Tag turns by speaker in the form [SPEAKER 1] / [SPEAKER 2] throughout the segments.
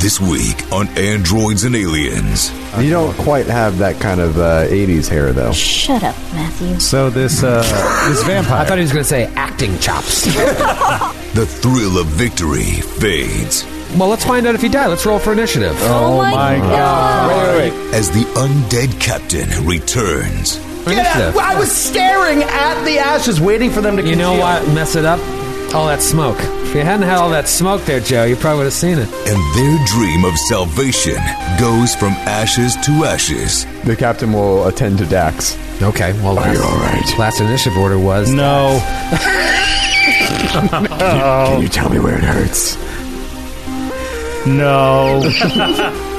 [SPEAKER 1] This week on Androids and Aliens.
[SPEAKER 2] You don't quite have that kind of uh, 80s hair, though.
[SPEAKER 3] Shut up, Matthew.
[SPEAKER 4] So this uh, this vampire.
[SPEAKER 5] I thought he was going to say acting chops.
[SPEAKER 1] The thrill of victory fades
[SPEAKER 5] well, let's find out if he died. Let's roll for initiative.
[SPEAKER 3] Oh,
[SPEAKER 4] my
[SPEAKER 3] god.
[SPEAKER 1] as the undead captain returns.
[SPEAKER 5] For initiative.
[SPEAKER 6] I was staring at the ashes, waiting for them to.
[SPEAKER 5] You know
[SPEAKER 6] congeal.
[SPEAKER 5] what? Mess it up. All that smoke. If you hadn't had all that smoke there, Joe, you probably would have seen it.
[SPEAKER 1] And their dream of salvation goes from ashes to ashes.
[SPEAKER 2] The captain will attend to Dax.
[SPEAKER 5] Okay. Well, last,
[SPEAKER 2] all right?
[SPEAKER 5] last initiative order was
[SPEAKER 4] No.
[SPEAKER 2] Can you tell me where it hurts?
[SPEAKER 4] No.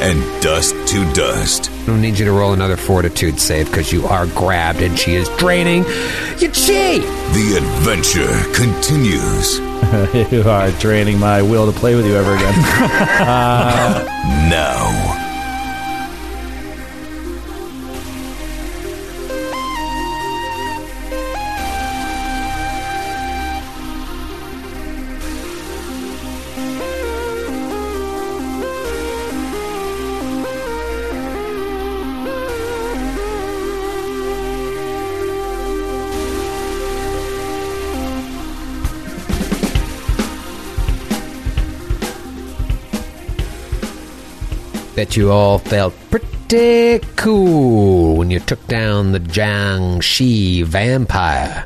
[SPEAKER 1] And dust to dust.
[SPEAKER 5] I don't need you to roll another fortitude save because you are grabbed and she is draining your chi.
[SPEAKER 1] The adventure continues
[SPEAKER 4] you are draining my will to play with you ever again.
[SPEAKER 1] now.
[SPEAKER 5] Bet you all felt pretty cool when you took down the Jiangxi vampire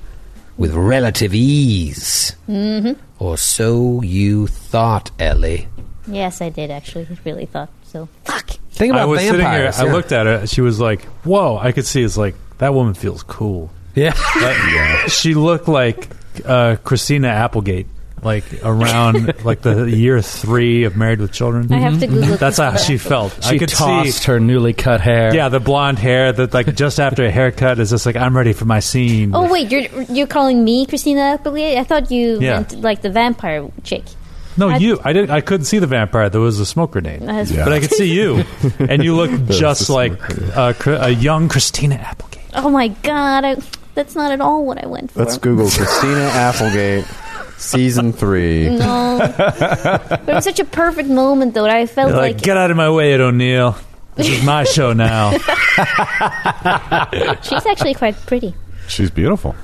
[SPEAKER 5] with relative ease. Mm-hmm. Or so you thought, Ellie.
[SPEAKER 3] Yes, I did actually. I really thought so. Fuck.
[SPEAKER 5] Think about
[SPEAKER 7] I was sitting here.
[SPEAKER 5] vampires.
[SPEAKER 7] I looked at her. She was like, "Whoa!" I could see. It's like that woman feels cool.
[SPEAKER 5] Yeah.
[SPEAKER 7] That- she looked like uh, Christina Applegate, like around like the year three of Married with Children.
[SPEAKER 3] I have to Google this
[SPEAKER 7] That's how she
[SPEAKER 3] graphic.
[SPEAKER 7] felt.
[SPEAKER 4] She
[SPEAKER 7] I could
[SPEAKER 4] tossed
[SPEAKER 7] see.
[SPEAKER 4] her newly cut hair.
[SPEAKER 7] Yeah, the blonde hair that like just after a haircut is just like I'm ready for my scene.
[SPEAKER 3] Oh wait, you're you're calling me Christina Applegate? I thought you
[SPEAKER 7] Yeah.
[SPEAKER 3] meant like the vampire chick.
[SPEAKER 7] no,
[SPEAKER 3] I-
[SPEAKER 7] you. I didn't. I couldn't see the vampire. There was a smoke grenade,
[SPEAKER 3] That's-
[SPEAKER 7] but I could see you, and you looked just
[SPEAKER 2] a
[SPEAKER 7] like uh, Cri- a young Christina Applegate.
[SPEAKER 3] Oh my god, I, that's not at all what I went for.
[SPEAKER 2] Let's Google Christina Applegate, season three.
[SPEAKER 3] No. but it was such a perfect moment though. I felt
[SPEAKER 7] They're like,
[SPEAKER 3] like
[SPEAKER 7] get out of my way, Ed O'Neill. This is my show now.
[SPEAKER 3] she's actually quite pretty.
[SPEAKER 8] She's beautiful.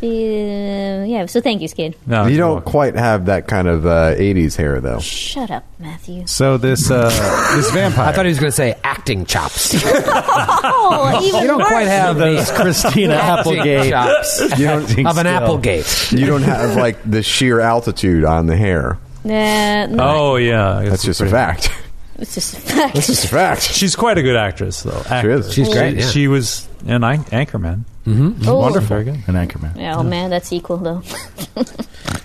[SPEAKER 3] She, uh, yeah. So thank you, Skid.
[SPEAKER 7] No,
[SPEAKER 2] You
[SPEAKER 7] you're
[SPEAKER 2] don't
[SPEAKER 7] welcome.
[SPEAKER 2] quite have that kind of uh, 80s hair, though.
[SPEAKER 3] Shut up, Matthew.
[SPEAKER 4] So this uh, this vampire.
[SPEAKER 5] I thought he was going to say acting chops. you
[SPEAKER 3] Oh, even
[SPEAKER 5] don't
[SPEAKER 3] worse.
[SPEAKER 5] quite have
[SPEAKER 4] those
[SPEAKER 5] the
[SPEAKER 4] Christina
[SPEAKER 5] acting
[SPEAKER 4] Applegate.
[SPEAKER 5] chops of
[SPEAKER 2] You don't,
[SPEAKER 5] an
[SPEAKER 4] still.
[SPEAKER 5] Applegate.
[SPEAKER 2] you don't have like the sheer altitude on the hair.
[SPEAKER 3] Nah, no,
[SPEAKER 7] Oh yeah,
[SPEAKER 2] That's just a fact.
[SPEAKER 3] it's just a fact.
[SPEAKER 2] That's just a fact.
[SPEAKER 7] She's quite a good actress, though.
[SPEAKER 2] She
[SPEAKER 7] Actress.
[SPEAKER 2] is.
[SPEAKER 5] She's great.
[SPEAKER 7] She,
[SPEAKER 5] yeah.
[SPEAKER 7] she was an an- anchorman.
[SPEAKER 3] Oh.
[SPEAKER 7] Very good.
[SPEAKER 8] An anchorman.
[SPEAKER 3] Yeah, Oh man, that's equal though.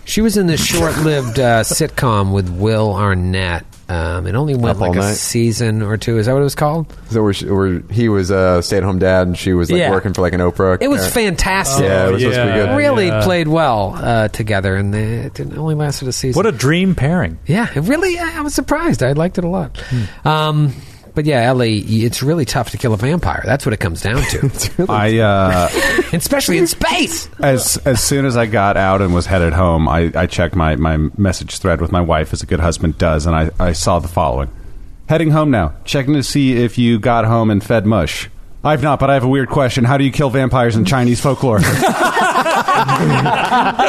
[SPEAKER 5] She was in this short-lived uh, sitcom with Will Arnett. Um, it only went
[SPEAKER 2] Up
[SPEAKER 5] like
[SPEAKER 2] All
[SPEAKER 5] a
[SPEAKER 2] Night?
[SPEAKER 5] season or two. Is that what it was called?
[SPEAKER 2] So where, she, where he was a stay-at-home dad, and she was like
[SPEAKER 5] Yeah.
[SPEAKER 2] working for like an Oprah.
[SPEAKER 5] It was
[SPEAKER 2] parent.
[SPEAKER 5] fantastic.
[SPEAKER 2] Yeah, it was
[SPEAKER 7] Oh,
[SPEAKER 2] supposed to be
[SPEAKER 7] yeah.
[SPEAKER 2] good.
[SPEAKER 5] really
[SPEAKER 7] yeah.
[SPEAKER 5] played well uh, together, and they, it didn't- only lasted a season.
[SPEAKER 7] What a dream pairing.
[SPEAKER 5] yeah, it really, I I was surprised. I liked it a lot. Um, but yeah, Ellie, y- it's really tough to kill a vampire. That's what it comes down to,
[SPEAKER 8] I uh,
[SPEAKER 5] especially in space.
[SPEAKER 8] as as soon as I got out and was headed home, I, I checked my, my message thread with my wife, as a good husband does, and I, I saw the following: heading home now, checking to see if you got home and fed mush. I've not, but I have a weird question. How do you kill vampires in Chinese folklore?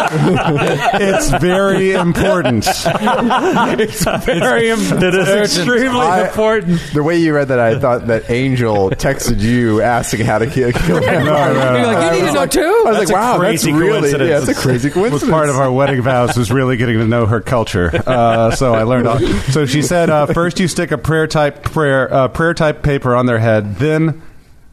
[SPEAKER 8] it's very important.
[SPEAKER 7] Very that is extremely
[SPEAKER 2] I-
[SPEAKER 7] important.
[SPEAKER 2] The way you read that, I thought that Angel texted you asking how to ki- kill him.
[SPEAKER 5] You're like, you
[SPEAKER 2] I
[SPEAKER 5] need to
[SPEAKER 2] was
[SPEAKER 5] know
[SPEAKER 2] like-
[SPEAKER 5] too?
[SPEAKER 2] I was like,
[SPEAKER 7] That's a
[SPEAKER 2] wow, that's
[SPEAKER 7] crazy
[SPEAKER 2] really,
[SPEAKER 7] coincidence.
[SPEAKER 2] yeah, that's a crazy coincidence.
[SPEAKER 8] was part of our wedding vows was really getting to know her culture. Uh, so I learned. All, so she said, uh, first you stick a prayer type prayer uh, prayer type paper on their head, then.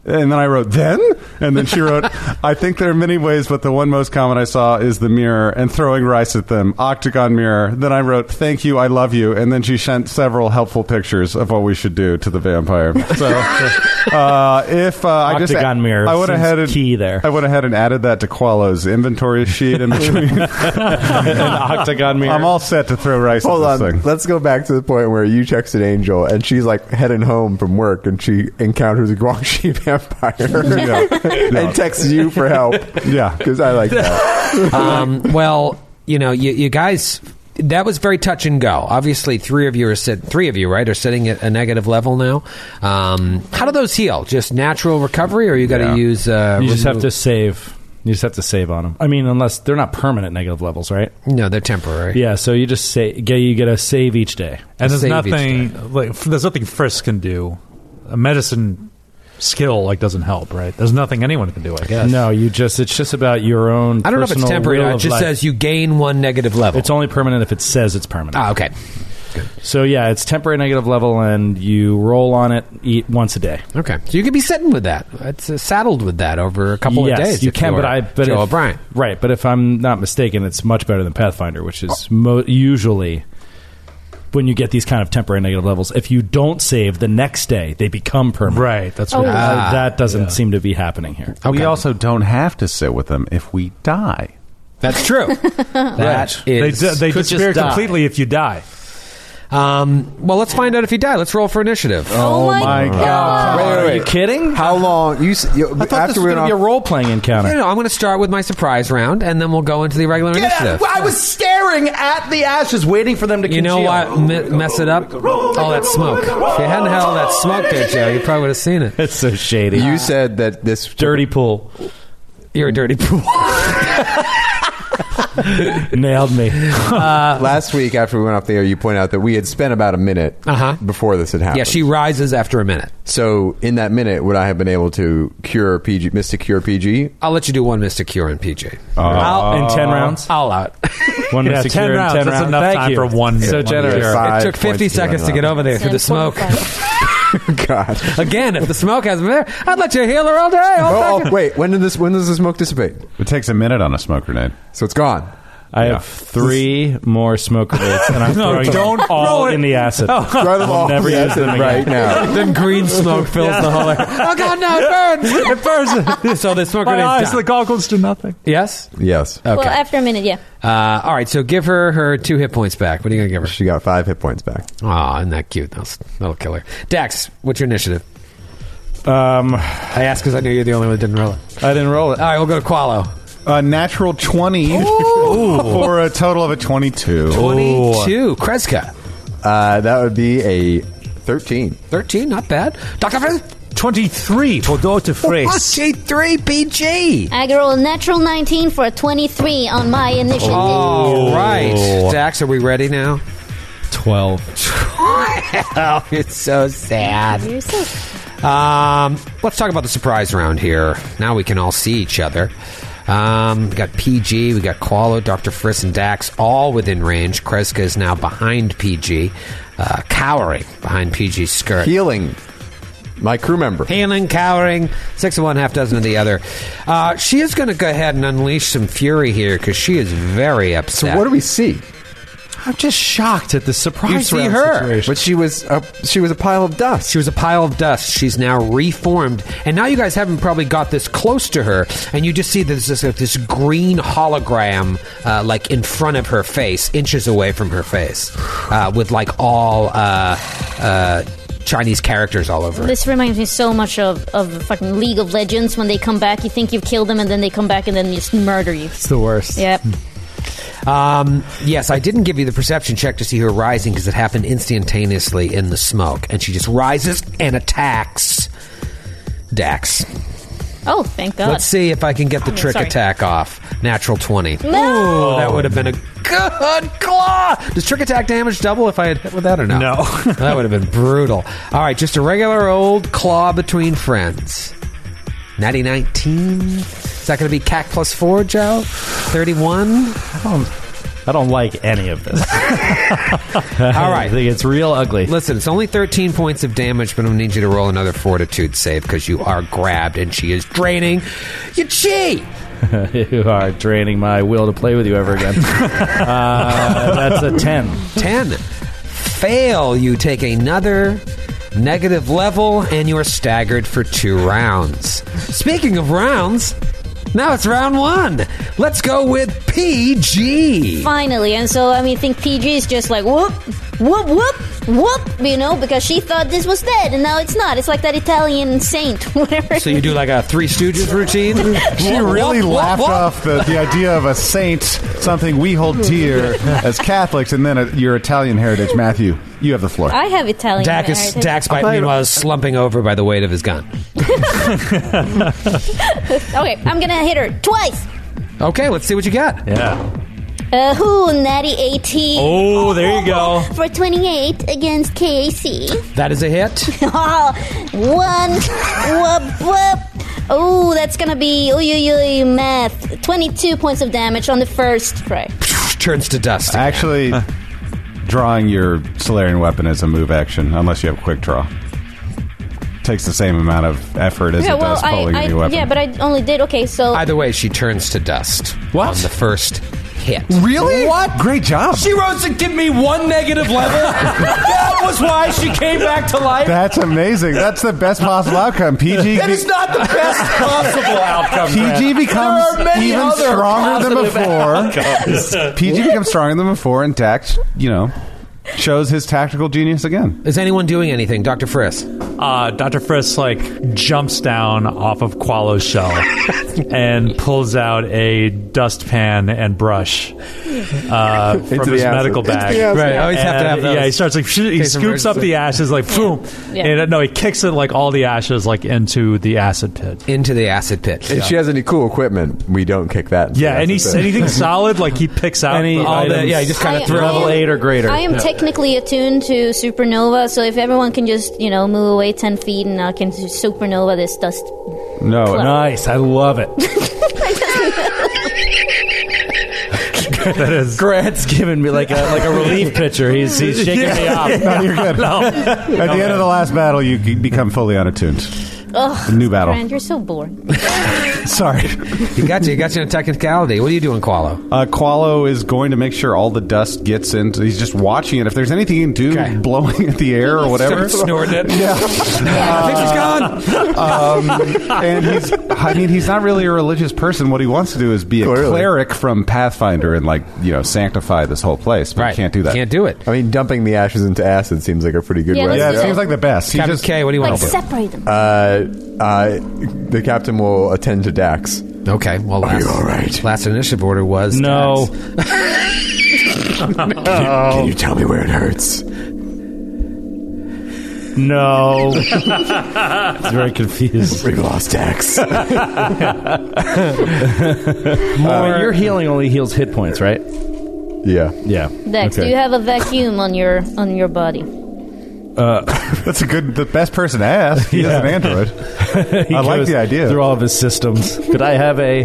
[SPEAKER 8] And then I wrote, then? And then she wrote, I think there are many ways, but the one most common I saw is the mirror and throwing rice at them, octagon mirror. Then I wrote, thank you, I love you. And then she sent several helpful pictures of what we should do to the vampire. So uh, if uh, I just.
[SPEAKER 4] Octagon mirror
[SPEAKER 8] I went
[SPEAKER 4] seems
[SPEAKER 8] ahead and,
[SPEAKER 4] key there.
[SPEAKER 8] I went ahead and added that to Qualo's inventory sheet in between.
[SPEAKER 4] octagon
[SPEAKER 8] I'm all set to throw rice
[SPEAKER 2] Hold
[SPEAKER 8] at
[SPEAKER 2] on.
[SPEAKER 8] this thing.
[SPEAKER 2] Let's go back to the point where you texted Angel, and she's like heading home from work, and she encounters a Guangxi vampire, and texts you for help.
[SPEAKER 8] Yeah.
[SPEAKER 2] because I like that.
[SPEAKER 5] Um, well, you know, you, you guys that was very touch and go. Obviously, three of you are sit, three of you right are sitting at a negative level now. Um, how do those heal? Just natural recovery, or you got to
[SPEAKER 8] Yeah.
[SPEAKER 5] use? Uh,
[SPEAKER 9] You just have
[SPEAKER 5] remove-
[SPEAKER 9] to save. You just have to save on them. I mean, unless they're not permanent negative levels, right?
[SPEAKER 5] No, they're temporary.
[SPEAKER 9] Yeah. So you just say get you get a save each day.
[SPEAKER 7] And there's
[SPEAKER 5] Save each
[SPEAKER 7] nothing like f- there's nothing Frisk can do. A medicine skill like doesn't help, right? There's nothing anyone can do. I guess.
[SPEAKER 9] No, you just it's just about your own.
[SPEAKER 5] I don't know if it's
[SPEAKER 9] personal
[SPEAKER 5] temporary. or
[SPEAKER 9] will
[SPEAKER 5] not. It
[SPEAKER 9] of
[SPEAKER 5] just
[SPEAKER 9] life.
[SPEAKER 5] says you gain one negative level.
[SPEAKER 9] It's only permanent if it says it's permanent.
[SPEAKER 5] ah, okay.
[SPEAKER 9] So yeah, it's temporary negative level, and you roll on it eat once a day.
[SPEAKER 5] Okay, so you could be sitting with that. It's uh, saddled with that over a couple
[SPEAKER 9] yes,
[SPEAKER 5] of days.
[SPEAKER 9] you
[SPEAKER 5] if
[SPEAKER 9] can, but
[SPEAKER 5] you're
[SPEAKER 9] I but
[SPEAKER 5] Joe
[SPEAKER 9] if,
[SPEAKER 5] O'Brien.
[SPEAKER 9] right? But if I'm not mistaken, it's much better than Pathfinder, which is mo- usually when you get these kind of temporary negative levels. If you don't save the next day, they become permanent.
[SPEAKER 7] Right. That's
[SPEAKER 3] Oh.
[SPEAKER 7] what.
[SPEAKER 3] Ah.
[SPEAKER 9] Uh, that doesn't seem to be happening here.
[SPEAKER 5] Okay.
[SPEAKER 8] We also don't have to sit with them if we die.
[SPEAKER 5] That's true. that
[SPEAKER 7] They,
[SPEAKER 5] is.
[SPEAKER 7] d- they
[SPEAKER 9] could
[SPEAKER 7] disappear
[SPEAKER 9] just die.
[SPEAKER 7] completely if you die.
[SPEAKER 5] um, well, let's find out if you die. Let's roll for initiative. Um,
[SPEAKER 3] Oh, my god.
[SPEAKER 2] Wait, wait,
[SPEAKER 9] Are you
[SPEAKER 2] wait.
[SPEAKER 9] kidding?
[SPEAKER 2] How long? You, s- you
[SPEAKER 9] I thought
[SPEAKER 2] after
[SPEAKER 9] this was
[SPEAKER 2] we
[SPEAKER 9] going
[SPEAKER 2] went
[SPEAKER 9] to
[SPEAKER 2] off,
[SPEAKER 9] be a role playing
[SPEAKER 5] No,
[SPEAKER 9] encounter.
[SPEAKER 5] no, I'm going to start with my surprise round, and then we'll go into the regular
[SPEAKER 6] Get
[SPEAKER 5] initiative.
[SPEAKER 6] out. I was staring at the ashes, waiting for them to
[SPEAKER 5] You know
[SPEAKER 6] congeal.
[SPEAKER 5] what? Me- mess it up. All that smoke. If you hadn't had all that smoke there, Joe, you probably would have seen it.
[SPEAKER 9] That's so shady.
[SPEAKER 2] you said that this
[SPEAKER 9] dirty pool
[SPEAKER 5] You're a dirty pool.
[SPEAKER 9] nailed me.
[SPEAKER 2] last week after we went off the air. You point out that we had spent about a minute
[SPEAKER 5] Uh-huh.
[SPEAKER 2] before this had happened.
[SPEAKER 5] yeah, she rises after a minute.
[SPEAKER 2] So in that minute, would I have been able to cure PG, Mystic Cure PG?
[SPEAKER 5] I'll let you do one Mystic Cure in PJ.
[SPEAKER 9] I'll- in ten rounds,
[SPEAKER 5] I'll out.
[SPEAKER 9] one
[SPEAKER 7] Yeah,
[SPEAKER 9] mystic
[SPEAKER 7] 10
[SPEAKER 9] Uh, cure in
[SPEAKER 7] rounds,
[SPEAKER 9] ten
[SPEAKER 7] that's
[SPEAKER 9] rounds.
[SPEAKER 7] enough
[SPEAKER 9] Thank
[SPEAKER 7] time
[SPEAKER 9] you.
[SPEAKER 7] for one-
[SPEAKER 9] So
[SPEAKER 7] one
[SPEAKER 9] generous.
[SPEAKER 7] cure.
[SPEAKER 2] Five
[SPEAKER 5] It took 50
[SPEAKER 2] points
[SPEAKER 5] seconds to
[SPEAKER 2] that.
[SPEAKER 5] get over there for the
[SPEAKER 3] It's an
[SPEAKER 5] smoke.
[SPEAKER 3] important fight.
[SPEAKER 2] God.
[SPEAKER 5] Again, if the smoke hasn't been there, I'd let you heal her all day. All
[SPEAKER 2] Oh,
[SPEAKER 5] fucking-
[SPEAKER 2] oh, wait. When did this? When does the smoke dissipate?
[SPEAKER 8] It takes a minute on a smoke grenade.
[SPEAKER 2] So it's gone.
[SPEAKER 9] I have three more smoke grenades, and I'm throwing
[SPEAKER 7] don't
[SPEAKER 9] them all
[SPEAKER 7] throw it.
[SPEAKER 9] in the acid.
[SPEAKER 2] Throw them all.
[SPEAKER 9] never
[SPEAKER 2] That's
[SPEAKER 9] use them
[SPEAKER 2] it
[SPEAKER 9] again.
[SPEAKER 2] right now.
[SPEAKER 5] Then green smoke fills the whole air. Oh god, no, it burns! It burns. so the smoke
[SPEAKER 7] My
[SPEAKER 5] grenade's
[SPEAKER 7] eyes,
[SPEAKER 5] done.
[SPEAKER 7] the goggles do nothing.
[SPEAKER 5] yes.
[SPEAKER 2] Yes.
[SPEAKER 5] Okay.
[SPEAKER 3] Well, after a minute, yeah.
[SPEAKER 5] uh, all right. So give her her two hit points back. What are you gonna give her?
[SPEAKER 2] She got five hit points back.
[SPEAKER 5] Aw, isn't that cute? That'll, that'll kill her. Dax, what's your initiative?
[SPEAKER 9] Um,
[SPEAKER 5] I asked because I knew you're the only one that didn't roll it.
[SPEAKER 9] I didn't roll it.
[SPEAKER 5] All right, we'll go to Qualo.
[SPEAKER 8] A natural 20 for a total of a 22.
[SPEAKER 5] 22. Kreska.
[SPEAKER 2] Uh, that would be a thirteen.
[SPEAKER 5] 13, not bad. Dr. Fizz.
[SPEAKER 7] 23 for Dr.
[SPEAKER 2] Oh,
[SPEAKER 7] Freys.
[SPEAKER 5] 23 BG.
[SPEAKER 3] I roll a natural 19 for a 23 on my initiative.
[SPEAKER 5] All right. Dax, are we ready now?
[SPEAKER 9] Twelve.
[SPEAKER 5] oh, it's so sad.
[SPEAKER 3] You're so-
[SPEAKER 5] Um, let's talk about the surprise round here. Now we can all see each other. Um, we got PG, we got Qualo, Dr. Friss, and Dax all within range. Kreska is now behind PG, uh, cowering behind PG's skirt.
[SPEAKER 2] Healing. My crew member.
[SPEAKER 5] Healing, cowering, six of one, half dozen of the other. Uh, she is going to go ahead and unleash some fury here because she is very upset.
[SPEAKER 2] So what do we see?
[SPEAKER 9] I'm just shocked at the surprise
[SPEAKER 5] You see
[SPEAKER 9] round
[SPEAKER 5] her.
[SPEAKER 9] situation.
[SPEAKER 2] But she was a she was a pile of dust.
[SPEAKER 5] She was a pile of dust. She's now reformed, and now you guys haven't probably got this close to her, and you just see there's this, uh, this green hologram uh, like in front of her face, inches away from her face, uh, with like all uh, uh, Chinese characters all over. it.
[SPEAKER 3] This reminds me so much of, of fucking League of Legends when they come back, you think you've killed them, and then they come back and then just murder you.
[SPEAKER 9] it's the worst.
[SPEAKER 3] Yep.
[SPEAKER 5] Hmm. Um, yes, I didn't give you the perception check to see her rising because it happened instantaneously in the smoke, and she just rises and attacks Dax.
[SPEAKER 3] Oh, thank God.
[SPEAKER 5] Let's see if I can get the
[SPEAKER 3] Oh,
[SPEAKER 5] trick
[SPEAKER 3] sorry.
[SPEAKER 5] attack off. Natural twenty.
[SPEAKER 3] No!
[SPEAKER 5] Ooh, that would have been a good claw. Does trick attack damage double if I had hit with that or not?
[SPEAKER 7] No.
[SPEAKER 5] that would have been brutal. All right, just a regular old claw between friends. Natty 19. Is that going to be CAC plus 4, Joe? 31?
[SPEAKER 9] I don't like any of this.
[SPEAKER 5] All
[SPEAKER 9] I
[SPEAKER 5] right.
[SPEAKER 9] think it's real ugly.
[SPEAKER 5] Listen, it's only 13 points of damage, but I'm going to need you to roll another fortitude save because you are grabbed and she is draining your chi.
[SPEAKER 9] you are draining my will to play with you ever again. uh, that's a ten.
[SPEAKER 5] 10. Fail. You take another negative level and you are staggered for two rounds. Speaking of rounds, Now it's round one. Let's go with PG.
[SPEAKER 3] Finally, and so I mean, think PG's just like whoop, whoop, whoop, whoop, you know, because she thought this was dead, and now it's not. It's like that Italian saint, whatever.
[SPEAKER 5] So you do like a Three Stooges routine?
[SPEAKER 8] She really laughed off the, the idea of a saint, something we hold dear as Catholics, and then uh your Italian heritage. Matthew, you have the floor.
[SPEAKER 3] I have Italian.
[SPEAKER 5] Dak is,
[SPEAKER 3] heritage.
[SPEAKER 5] Dak's by, meanwhile is slumping over by the weight of his gun.
[SPEAKER 3] Okay, I'm gonna hit her twice.
[SPEAKER 5] Okay, let's see what you got.
[SPEAKER 7] Yeah.
[SPEAKER 3] Uh, who natty eighteen?
[SPEAKER 7] Oh, there you go.
[SPEAKER 3] For 28 against KAC.
[SPEAKER 5] That is a hit.
[SPEAKER 3] Oh, one. whoop, whoop. Oh, that's gonna be oy, oy, oy, math. 22 points of damage on the first try.
[SPEAKER 5] Turns to dust.
[SPEAKER 8] Actually, drawing your Solarian weapon is a move action, unless you have quick draw. Takes the same amount of effort as it does
[SPEAKER 3] I,
[SPEAKER 8] pulling a new
[SPEAKER 3] I
[SPEAKER 8] weapon.
[SPEAKER 3] yeah, but I only did okay. So
[SPEAKER 5] Either way, she turns to dust.
[SPEAKER 6] What?
[SPEAKER 5] On the first hit.
[SPEAKER 8] really? What? Great job.
[SPEAKER 6] She rose to give me one negative level. that was why she came back to life.
[SPEAKER 8] That's amazing. That's the best possible outcome. PG.
[SPEAKER 6] That is not the best possible outcome.
[SPEAKER 8] PG
[SPEAKER 6] Brad. There are
[SPEAKER 8] becomes
[SPEAKER 6] many
[SPEAKER 8] even
[SPEAKER 6] other
[SPEAKER 8] stronger than
[SPEAKER 6] positive
[SPEAKER 8] before. PG becomes stronger than before, and Dax, you know, shows his tactical genius again.
[SPEAKER 5] Is anyone doing anything? Dr. Friss.
[SPEAKER 7] Uh, Dr. Friss, like, jumps down off of Qualo's shell and pulls out a dustpan and brush uh, from
[SPEAKER 2] the
[SPEAKER 7] his
[SPEAKER 2] acid.
[SPEAKER 7] medical
[SPEAKER 2] Into the
[SPEAKER 7] bag.
[SPEAKER 2] acid.
[SPEAKER 5] Right, I always have to
[SPEAKER 7] And,
[SPEAKER 5] have those.
[SPEAKER 7] Yeah, he starts like shoo- he
[SPEAKER 5] Case
[SPEAKER 7] scoops up
[SPEAKER 5] emergency.
[SPEAKER 7] the ashes like boom,
[SPEAKER 3] Yeah.
[SPEAKER 7] and uh, no, he kicks it like all the ashes like into the acid pit.
[SPEAKER 5] Into the acid pit.
[SPEAKER 2] And she has any cool equipment. We don't kick that.
[SPEAKER 7] Yeah,
[SPEAKER 2] That's
[SPEAKER 7] any
[SPEAKER 2] the thing.
[SPEAKER 7] anything solid like he picks out
[SPEAKER 4] Any
[SPEAKER 7] all
[SPEAKER 4] items.
[SPEAKER 7] the yeah.
[SPEAKER 5] he just kind
[SPEAKER 3] I-
[SPEAKER 5] of threw
[SPEAKER 3] I
[SPEAKER 6] level
[SPEAKER 3] am-
[SPEAKER 6] eight or greater.
[SPEAKER 3] I am technically attuned to supernova, so if everyone can just, you know, move away 10 feet and I can supernova this dust.
[SPEAKER 8] No,
[SPEAKER 4] Nice. I love it. Grant's giving me like a like a relief pitcher. He's he's shaking me off.
[SPEAKER 8] no, you're good. At the end of the last battle, you g- become fully unattuned.
[SPEAKER 3] Ugh,
[SPEAKER 8] New battle.
[SPEAKER 3] Grant, you're so boring.
[SPEAKER 8] Sorry.
[SPEAKER 5] He got you. He got you in a technicality. What are you doing, Qualo?
[SPEAKER 8] Uh, Qualo is going to make sure all the dust gets into. He's just watching it. If there's anything he can do,
[SPEAKER 5] Okay.
[SPEAKER 8] blowing at the air or whatever.
[SPEAKER 5] Start snorting it. Yeah. I think he's gone.
[SPEAKER 8] Um, and he's, I mean, he's not really a religious person. What he wants to do is be a
[SPEAKER 2] Clearly.
[SPEAKER 8] cleric from Pathfinder and, like, you know, sanctify this whole place. But
[SPEAKER 5] Right.
[SPEAKER 8] he can't do that.
[SPEAKER 5] Can't do it.
[SPEAKER 2] I mean, dumping the ashes into acid seems like a pretty good
[SPEAKER 3] Yeah,
[SPEAKER 2] way.
[SPEAKER 3] let's
[SPEAKER 8] yeah,
[SPEAKER 3] do
[SPEAKER 8] it
[SPEAKER 3] that.
[SPEAKER 8] seems like the best. He
[SPEAKER 5] Captain
[SPEAKER 8] just,
[SPEAKER 5] K, what do you
[SPEAKER 3] Like,
[SPEAKER 5] want to
[SPEAKER 3] separate them.
[SPEAKER 2] Uh, uh, the captain will attend to Dax.
[SPEAKER 5] do? Okay. Well,
[SPEAKER 2] Are
[SPEAKER 5] last,
[SPEAKER 2] you all right?
[SPEAKER 5] last initiative order was
[SPEAKER 4] No.
[SPEAKER 5] Dax.
[SPEAKER 2] Can you tell me where it hurts?
[SPEAKER 4] No. He's very confused.
[SPEAKER 2] We've lost Dax.
[SPEAKER 4] Well, your healing only heals hit points, right?
[SPEAKER 2] yeah.
[SPEAKER 4] Yeah.
[SPEAKER 3] Dex, do you have a vacuum on your on your body?
[SPEAKER 8] that's a good, the best person to ask. He is an android.
[SPEAKER 4] He
[SPEAKER 8] I like
[SPEAKER 4] goes
[SPEAKER 8] the idea.
[SPEAKER 4] Through all of his systems. Could I have a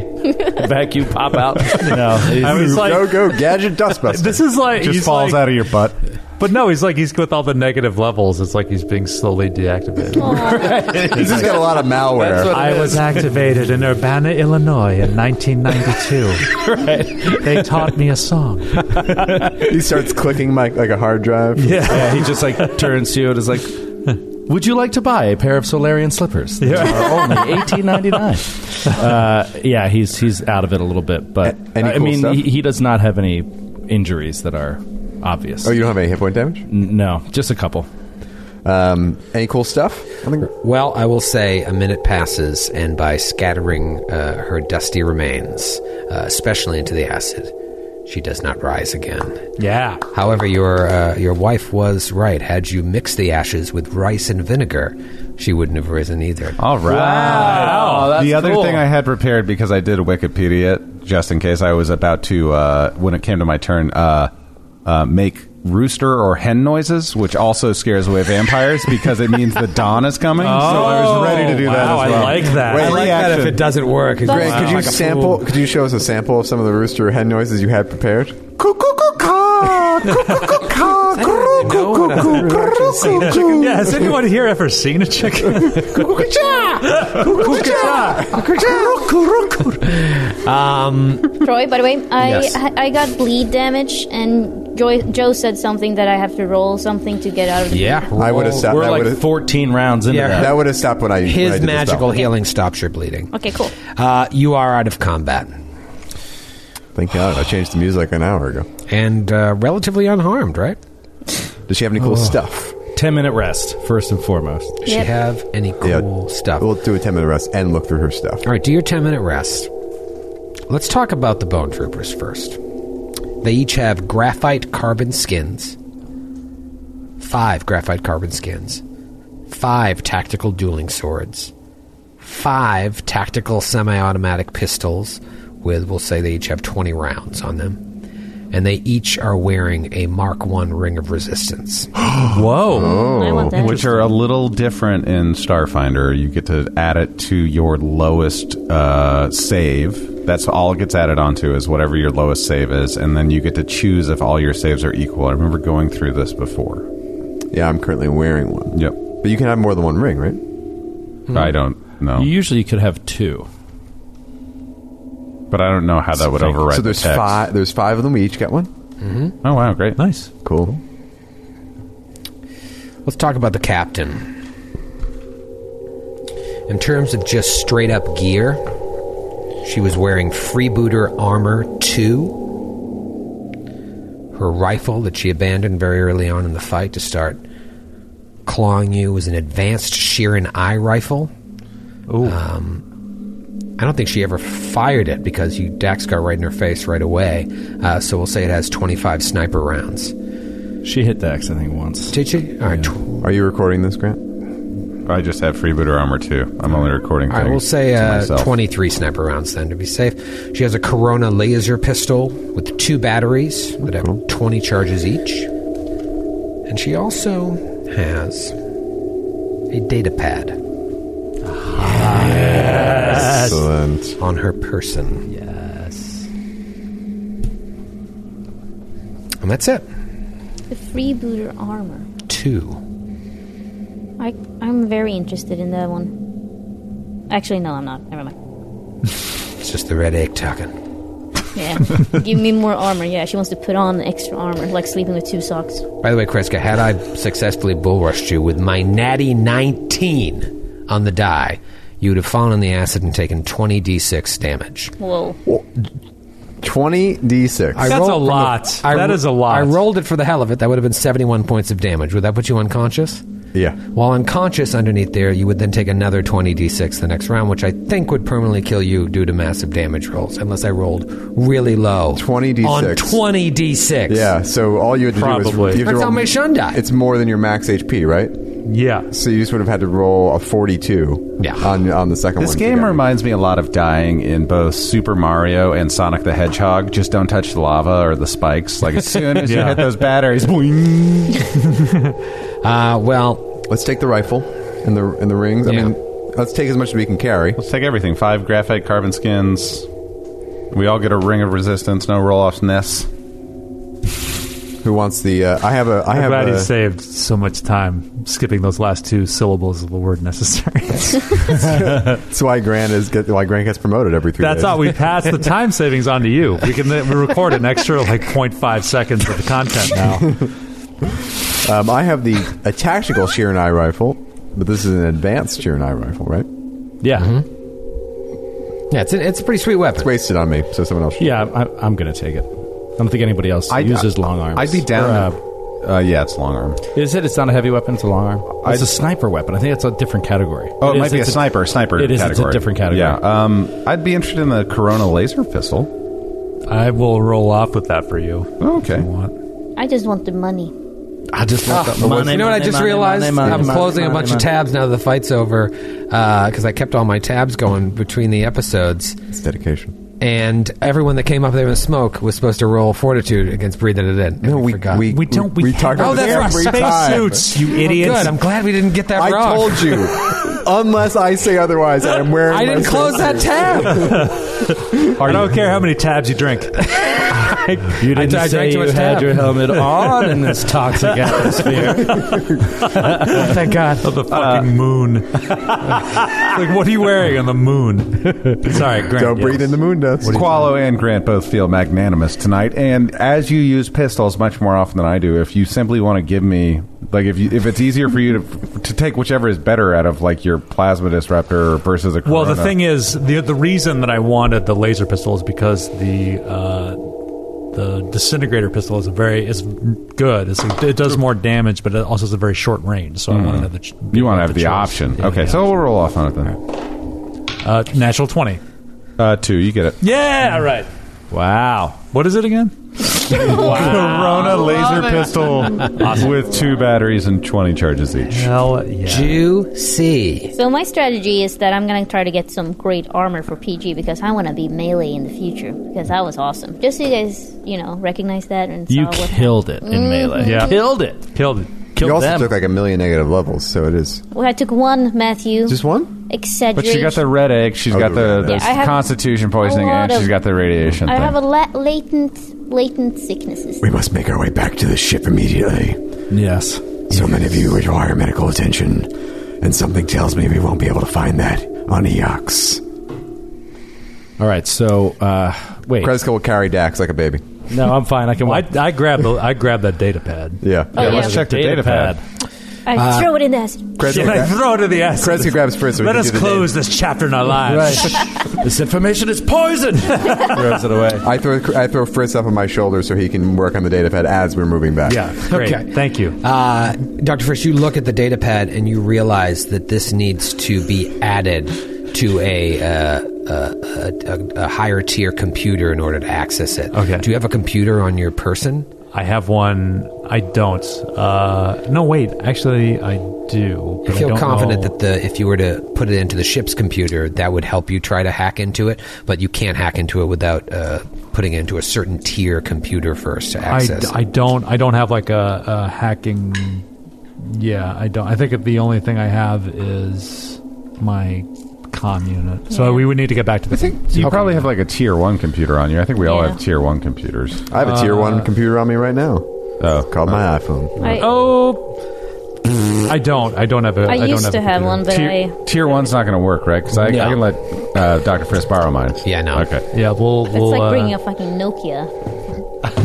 [SPEAKER 4] vacuum pop out? No.
[SPEAKER 7] I was like,
[SPEAKER 2] go go gadget dustbuster.
[SPEAKER 7] this is like
[SPEAKER 8] Just
[SPEAKER 7] he's
[SPEAKER 8] falls
[SPEAKER 7] like-
[SPEAKER 8] out of your butt.
[SPEAKER 7] But no, he's like he's with all the negative levels. It's like he's being slowly deactivated.
[SPEAKER 2] He's just got a lot of malware.
[SPEAKER 7] I was activated in Urbana, Illinois, in 1992. They taught me a song.
[SPEAKER 2] He starts clicking my like a hard drive. Yeah.
[SPEAKER 4] yeah, he just like turns to you and is like, "Would you like to buy a pair of Solarian slippers? They are only eighteen ninety nine. Uh, yeah, he's he's out of it a little bit, but
[SPEAKER 2] A- any
[SPEAKER 4] I
[SPEAKER 2] cool
[SPEAKER 4] mean,
[SPEAKER 2] stuff?
[SPEAKER 4] he, he does not have any injuries that are obvious.
[SPEAKER 2] Oh, you don't have any hit point damage.
[SPEAKER 4] N- no, just a couple.
[SPEAKER 2] Um, any cool stuff? I think
[SPEAKER 5] Well, I will say a minute passes, and by scattering uh, her dusty remains, uh, especially into the acid, she does not rise again.
[SPEAKER 7] Yeah.
[SPEAKER 5] However, your uh, your wife was right. Had you mixed the ashes with rice and vinegar, she wouldn't have risen either.
[SPEAKER 8] All right.
[SPEAKER 4] Wow, that's
[SPEAKER 8] the other
[SPEAKER 4] cool.
[SPEAKER 8] thing I had prepared because I did Wikipedia it, just in case I was about to, uh, when it came to my turn, uh, uh, make rooster or hen noises, which also scares away vampires because it means the dawn is coming. so I was ready to do that.
[SPEAKER 7] Oh, wow,
[SPEAKER 8] as well.
[SPEAKER 7] I like that.
[SPEAKER 8] Wait,
[SPEAKER 5] I like that if
[SPEAKER 8] reaction.
[SPEAKER 5] it doesn't work.
[SPEAKER 2] Greg, could you
[SPEAKER 5] Like a
[SPEAKER 2] sample? Could you show us a sample of some of the rooster hen noises you had prepared?
[SPEAKER 7] Yeah, has anyone here ever seen a chicken?
[SPEAKER 3] Troy, by the way, I
[SPEAKER 5] Yes.
[SPEAKER 3] I, I got bleed damage and Joy, Joe said something that I have to roll something to get out of the
[SPEAKER 5] Yeah,
[SPEAKER 2] I would have
[SPEAKER 5] roll-
[SPEAKER 2] stopped.
[SPEAKER 4] We're
[SPEAKER 2] That
[SPEAKER 4] like
[SPEAKER 2] would've-
[SPEAKER 4] 14 rounds into
[SPEAKER 5] Yeah.
[SPEAKER 4] that.
[SPEAKER 2] that would have stopped when I. when I
[SPEAKER 5] His
[SPEAKER 2] did the
[SPEAKER 5] magical
[SPEAKER 2] spell.
[SPEAKER 5] healing stops your bleeding.
[SPEAKER 3] Okay, cool.
[SPEAKER 5] Uh, you are out of combat
[SPEAKER 2] Thank God, I changed the music an hour ago.
[SPEAKER 5] and uh, relatively unharmed, right?
[SPEAKER 2] Does she have any
[SPEAKER 5] Oh.
[SPEAKER 2] cool stuff?
[SPEAKER 4] 10 minute rest, first and foremost.
[SPEAKER 5] Does she
[SPEAKER 3] Yep.
[SPEAKER 5] have any cool stuff?
[SPEAKER 2] We'll do a ten minute rest and look through her stuff.
[SPEAKER 5] All right, do your 10 minute rest. Let's talk about the bone troopers first. They each have graphite carbon skins, five graphite carbon skins, five tactical dueling swords, five tactical semi automatic pistols with, we'll say they each have 20 rounds on them. And they each are wearing a Mark 1 ring of resistance.
[SPEAKER 7] Whoa.
[SPEAKER 3] I
[SPEAKER 5] Oh.
[SPEAKER 3] want that.
[SPEAKER 8] Which are a little different in Starfinder. You get to add it to your lowest uh, save. That's all it gets added onto is whatever your lowest save is, and then you get to choose if all your saves are equal. I remember going through this before.
[SPEAKER 2] Yeah, I'm currently wearing one.
[SPEAKER 8] Yep.
[SPEAKER 2] But you can have more than one ring, right?
[SPEAKER 8] I don't know,
[SPEAKER 4] You usually could have two.
[SPEAKER 8] but I don't know how that would override.
[SPEAKER 2] so there's
[SPEAKER 8] the text.
[SPEAKER 2] five. There's five of them. We each get one.
[SPEAKER 8] Oh wow, great,
[SPEAKER 7] Nice.
[SPEAKER 2] Cool.
[SPEAKER 5] Let's talk about the captain. In terms of just straight up gear, she was wearing Freebooter Armor 2. Her rifle that she abandoned very early on in the fight to start clawing you was an advanced Sheeran eye rifle. Um, I don't think she ever fired it because you Dax got right in her face right away. Uh, so we'll say it has 25 sniper rounds.
[SPEAKER 4] She hit Dax, I think, once.
[SPEAKER 5] Did she? All right, tw-
[SPEAKER 2] Are you recording this, Grant?
[SPEAKER 8] I just have freebooter armor too. I'm only recording.
[SPEAKER 5] I
[SPEAKER 8] things
[SPEAKER 5] will say
[SPEAKER 8] to
[SPEAKER 5] uh,
[SPEAKER 8] myself.
[SPEAKER 5] 23 sniper rounds then to be safe. She has a Corona laser pistol with two batteries that have 20 charges each. And she also has a data pad
[SPEAKER 2] Excellent.
[SPEAKER 5] on her person. Yes. And that's it.
[SPEAKER 3] The freebooter armor.
[SPEAKER 5] Two.
[SPEAKER 3] I, I'm very interested in that one. Actually, no, I'm not. Never mind.
[SPEAKER 5] It's just the red egg talking.
[SPEAKER 3] Yeah. Give me more armor. Yeah, she wants to put on extra armor, like sleeping with two socks.
[SPEAKER 5] By the way, Kreska, had I successfully bull rushed you with my natty 19 on the die, you would have fallen in the acid and taken 20d6 damage.
[SPEAKER 3] Whoa.
[SPEAKER 2] Twenty d six.
[SPEAKER 5] I
[SPEAKER 7] That's
[SPEAKER 5] rolled
[SPEAKER 7] a
[SPEAKER 5] from the-
[SPEAKER 7] lot.
[SPEAKER 5] I
[SPEAKER 7] That
[SPEAKER 5] ro-
[SPEAKER 7] is a lot.
[SPEAKER 5] I rolled it for the hell of it. That would have been 71 points of damage. Would that put you unconscious?
[SPEAKER 2] Yeah.
[SPEAKER 5] While unconscious underneath there, you would then take another 20d6 the next round, which I think would permanently kill you due to massive damage rolls, unless I rolled really low.
[SPEAKER 2] 20d6.
[SPEAKER 5] On 20d6.
[SPEAKER 2] Yeah. So all you had to do
[SPEAKER 7] Probably.
[SPEAKER 2] was you have to
[SPEAKER 5] That's
[SPEAKER 2] roll-
[SPEAKER 5] how my shun die.
[SPEAKER 2] It's more than your max HP, right?
[SPEAKER 7] Yeah.
[SPEAKER 2] So you just would have had to roll a forty-two.
[SPEAKER 5] Yeah.
[SPEAKER 2] On on the second
[SPEAKER 8] This
[SPEAKER 2] one.
[SPEAKER 8] game
[SPEAKER 2] together.
[SPEAKER 8] reminds me a lot of dying in both Super Mario and Sonic the Hedgehog. Just don't touch the lava or the spikes. Like as soon as you
[SPEAKER 7] Yeah.
[SPEAKER 8] hit those batteries, boing.
[SPEAKER 5] Uh, well,
[SPEAKER 2] Let's take the rifle and the and the rings. I
[SPEAKER 5] Yeah.
[SPEAKER 2] mean, let's take as much as we can carry.
[SPEAKER 8] Let's take everything. Five graphite carbon skins. We all get a ring of resistance. No roll offs. Ness.
[SPEAKER 2] Who wants the? Uh, I have a. I
[SPEAKER 7] I'm
[SPEAKER 2] have
[SPEAKER 7] glad
[SPEAKER 2] a.
[SPEAKER 7] he saved so much time skipping those last two syllables of the word necessary.
[SPEAKER 2] That's why Grant is get, why Grant gets promoted every three.
[SPEAKER 7] That's
[SPEAKER 2] days.
[SPEAKER 7] how we pass the time savings on to you. We can we record an extra like 0.5 seconds of the content now.
[SPEAKER 2] Um, I have the a tactical shear and eye rifle, but this is an advanced shear and eye rifle, right?
[SPEAKER 4] Yeah.
[SPEAKER 5] yeah, it's a, it's a pretty sweet weapon.
[SPEAKER 2] It's wasted on me, so someone else. should-
[SPEAKER 4] Yeah, I, I'm going to take it. I don't think anybody else
[SPEAKER 8] I'd-
[SPEAKER 4] uses long arms.
[SPEAKER 8] I'd be down.
[SPEAKER 4] Or,
[SPEAKER 8] uh, yeah, it's long arm.
[SPEAKER 4] uh, is it? It's not a heavy weapon. It's a long arm. it's a sniper weapon. I think that's a different category.
[SPEAKER 8] Oh, it, might
[SPEAKER 4] is,
[SPEAKER 8] be a
[SPEAKER 4] it's
[SPEAKER 8] sniper. Sniper.
[SPEAKER 4] It is.
[SPEAKER 8] Category.
[SPEAKER 4] It's a different category.
[SPEAKER 8] Yeah. Um, I'd be interested in the Corona laser pistol.
[SPEAKER 7] I will roll off with that for you.
[SPEAKER 8] Okay.
[SPEAKER 3] I just want the money.
[SPEAKER 5] I just
[SPEAKER 4] love that money,
[SPEAKER 5] You know what I
[SPEAKER 4] money,
[SPEAKER 5] just
[SPEAKER 4] money,
[SPEAKER 5] realized?
[SPEAKER 4] money, money,
[SPEAKER 5] I'm
[SPEAKER 4] money,
[SPEAKER 5] closing a
[SPEAKER 4] money,
[SPEAKER 5] bunch
[SPEAKER 4] money.
[SPEAKER 5] of tabs now that the fight's over because I kept all my tabs going between the episodes.
[SPEAKER 2] It's dedication.
[SPEAKER 5] and everyone that came up there in the smoke was supposed to roll fortitude against breathing it in. No,
[SPEAKER 2] we,
[SPEAKER 5] forgot.
[SPEAKER 2] we
[SPEAKER 7] We don't- we
[SPEAKER 2] we
[SPEAKER 7] can't-
[SPEAKER 2] talked
[SPEAKER 5] Oh,
[SPEAKER 2] about this
[SPEAKER 5] that's
[SPEAKER 2] every
[SPEAKER 5] right.
[SPEAKER 2] time.
[SPEAKER 7] Spacesuits, you
[SPEAKER 5] Oh,
[SPEAKER 7] idiots.
[SPEAKER 5] good. I'm glad we didn't get that
[SPEAKER 2] I
[SPEAKER 5] wrong.
[SPEAKER 2] told you, unless I say otherwise, I'm wearing.
[SPEAKER 5] I didn't
[SPEAKER 2] my
[SPEAKER 5] close that tab.
[SPEAKER 7] I don't care how many tabs you drink.
[SPEAKER 4] You didn't
[SPEAKER 6] I
[SPEAKER 4] say
[SPEAKER 6] drank too
[SPEAKER 4] you
[SPEAKER 6] much
[SPEAKER 4] had
[SPEAKER 6] tab.
[SPEAKER 4] your helmet on in this toxic atmosphere. Oh,
[SPEAKER 7] Thank God. Of the fucking
[SPEAKER 8] Uh.
[SPEAKER 7] moon. It's like, what are you wearing on the moon? Sorry, Grant.
[SPEAKER 2] Don't breathe in the moon dust.
[SPEAKER 8] Qualo and Grant both feel magnanimous tonight, and as you use pistols much more often than I do, if you simply want to give me, like, if you, if it's easier for you to to take whichever is better out of like your plasma disruptor versus a
[SPEAKER 7] Well,
[SPEAKER 8] corona,
[SPEAKER 7] the thing is, the the reason that I wanted the laser pistol is because the uh, the disintegrator pistol is a very is good. It's, it does more damage, but it also is a very short range. So I wanted to have the ch-
[SPEAKER 8] Hmm. you want to have the
[SPEAKER 7] choice.
[SPEAKER 8] option.
[SPEAKER 7] Yeah,
[SPEAKER 8] okay,
[SPEAKER 7] yeah.
[SPEAKER 8] so we'll roll off on it then.
[SPEAKER 7] uh, natural twenty.
[SPEAKER 8] Uh, two, you get it.
[SPEAKER 7] Yeah, all right.
[SPEAKER 4] wow.
[SPEAKER 7] What is it again?
[SPEAKER 8] Corona laser pistol with two batteries and twenty charges each.
[SPEAKER 7] Hell yeah.
[SPEAKER 5] Juicy.
[SPEAKER 3] So my strategy is that I'm gonna try to get some great armor for PG because I want to be melee in the future because that was awesome. Just so you guys, you know, recognize that and
[SPEAKER 4] You
[SPEAKER 3] saw what
[SPEAKER 4] killed it in melee.
[SPEAKER 7] Yeah.
[SPEAKER 4] Killed it.
[SPEAKER 7] Killed it.
[SPEAKER 4] Killed
[SPEAKER 2] You also
[SPEAKER 4] them.
[SPEAKER 2] took like a million negative levels, so it is
[SPEAKER 3] Well, I took one, Matthew.
[SPEAKER 2] just one.
[SPEAKER 3] exaggeration.
[SPEAKER 8] But she got the red egg. She's
[SPEAKER 2] Oh,
[SPEAKER 8] got
[SPEAKER 2] the
[SPEAKER 8] the,
[SPEAKER 2] red
[SPEAKER 8] the
[SPEAKER 3] egg. Yeah, I have
[SPEAKER 8] constitution poisoning,
[SPEAKER 3] lot
[SPEAKER 8] and she's
[SPEAKER 3] of-
[SPEAKER 8] got the radiation.
[SPEAKER 3] I
[SPEAKER 8] thing.
[SPEAKER 3] have a la- latent, latent sicknesses.
[SPEAKER 10] We must make our way back to the ship immediately.
[SPEAKER 4] Yes.
[SPEAKER 10] So many of you require medical attention, and something tells me we won't be able to find that on Eox.
[SPEAKER 4] All right. So uh, wait.
[SPEAKER 2] Kreska will carry Dax like a baby.
[SPEAKER 4] No, I'm fine. I can.
[SPEAKER 7] Well,
[SPEAKER 4] Wait.
[SPEAKER 7] I, I grabbed the I grabbed that data pad.
[SPEAKER 2] Yeah.
[SPEAKER 3] Oh, yeah.
[SPEAKER 8] let's check the data pad.
[SPEAKER 3] I
[SPEAKER 2] Uh,
[SPEAKER 3] throw it in the acid.
[SPEAKER 2] Kreska,
[SPEAKER 7] Can I throw it in the acid?
[SPEAKER 2] Kreska grabs Fritz. so we
[SPEAKER 7] Let
[SPEAKER 2] can
[SPEAKER 7] us
[SPEAKER 2] do the
[SPEAKER 7] close this chapter in our lives.
[SPEAKER 4] this information is poison.
[SPEAKER 8] throws it away.
[SPEAKER 2] name. I throw I throw Fritz up on my shoulder so he can work on the data pad as we're moving back.
[SPEAKER 7] Yeah. Great.
[SPEAKER 5] Okay.
[SPEAKER 7] Thank you.
[SPEAKER 5] Uh, Dr. Frisch, you look at the data pad and you realize that this needs to be added to a, uh, a, a, a higher tier computer in order to access it.
[SPEAKER 7] Okay.
[SPEAKER 5] Do you have a computer on your person?
[SPEAKER 7] I have one. I don't. Uh, no, wait. Actually, I do.
[SPEAKER 5] I
[SPEAKER 7] but
[SPEAKER 5] feel
[SPEAKER 7] don't
[SPEAKER 5] confident
[SPEAKER 7] know-
[SPEAKER 5] that the if you were to put it into the ship's computer, that would help you try to hack into it. But you can't hack into it without uh, putting it into a certain tier computer first to
[SPEAKER 7] I,
[SPEAKER 5] access.
[SPEAKER 7] I don't. I don't have like a, a hacking. Yeah, I don't. I think the only thing I have is my com unit. So we would need to get back to the.
[SPEAKER 8] I think you probably have like a tier one computer on you. I think we all
[SPEAKER 3] Yeah.
[SPEAKER 8] have tier one computers.
[SPEAKER 2] I have a tier one computer on me right now. Uh, Oh, called my iPhone.
[SPEAKER 3] I,
[SPEAKER 7] Oh. I don't. I don't have a.
[SPEAKER 3] I
[SPEAKER 7] don't
[SPEAKER 3] used
[SPEAKER 7] have
[SPEAKER 3] to
[SPEAKER 7] a
[SPEAKER 3] have
[SPEAKER 7] computer.
[SPEAKER 3] one, but I.
[SPEAKER 8] Tier, tier one's not going to work, right? Because I, I
[SPEAKER 5] No.
[SPEAKER 8] can let uh, Doctor Frisk borrow mine.
[SPEAKER 5] Yeah, no.
[SPEAKER 8] Okay.
[SPEAKER 7] Yeah, we'll.
[SPEAKER 3] It's
[SPEAKER 7] we'll
[SPEAKER 3] like
[SPEAKER 7] uh,
[SPEAKER 3] bringing a fucking Nokia.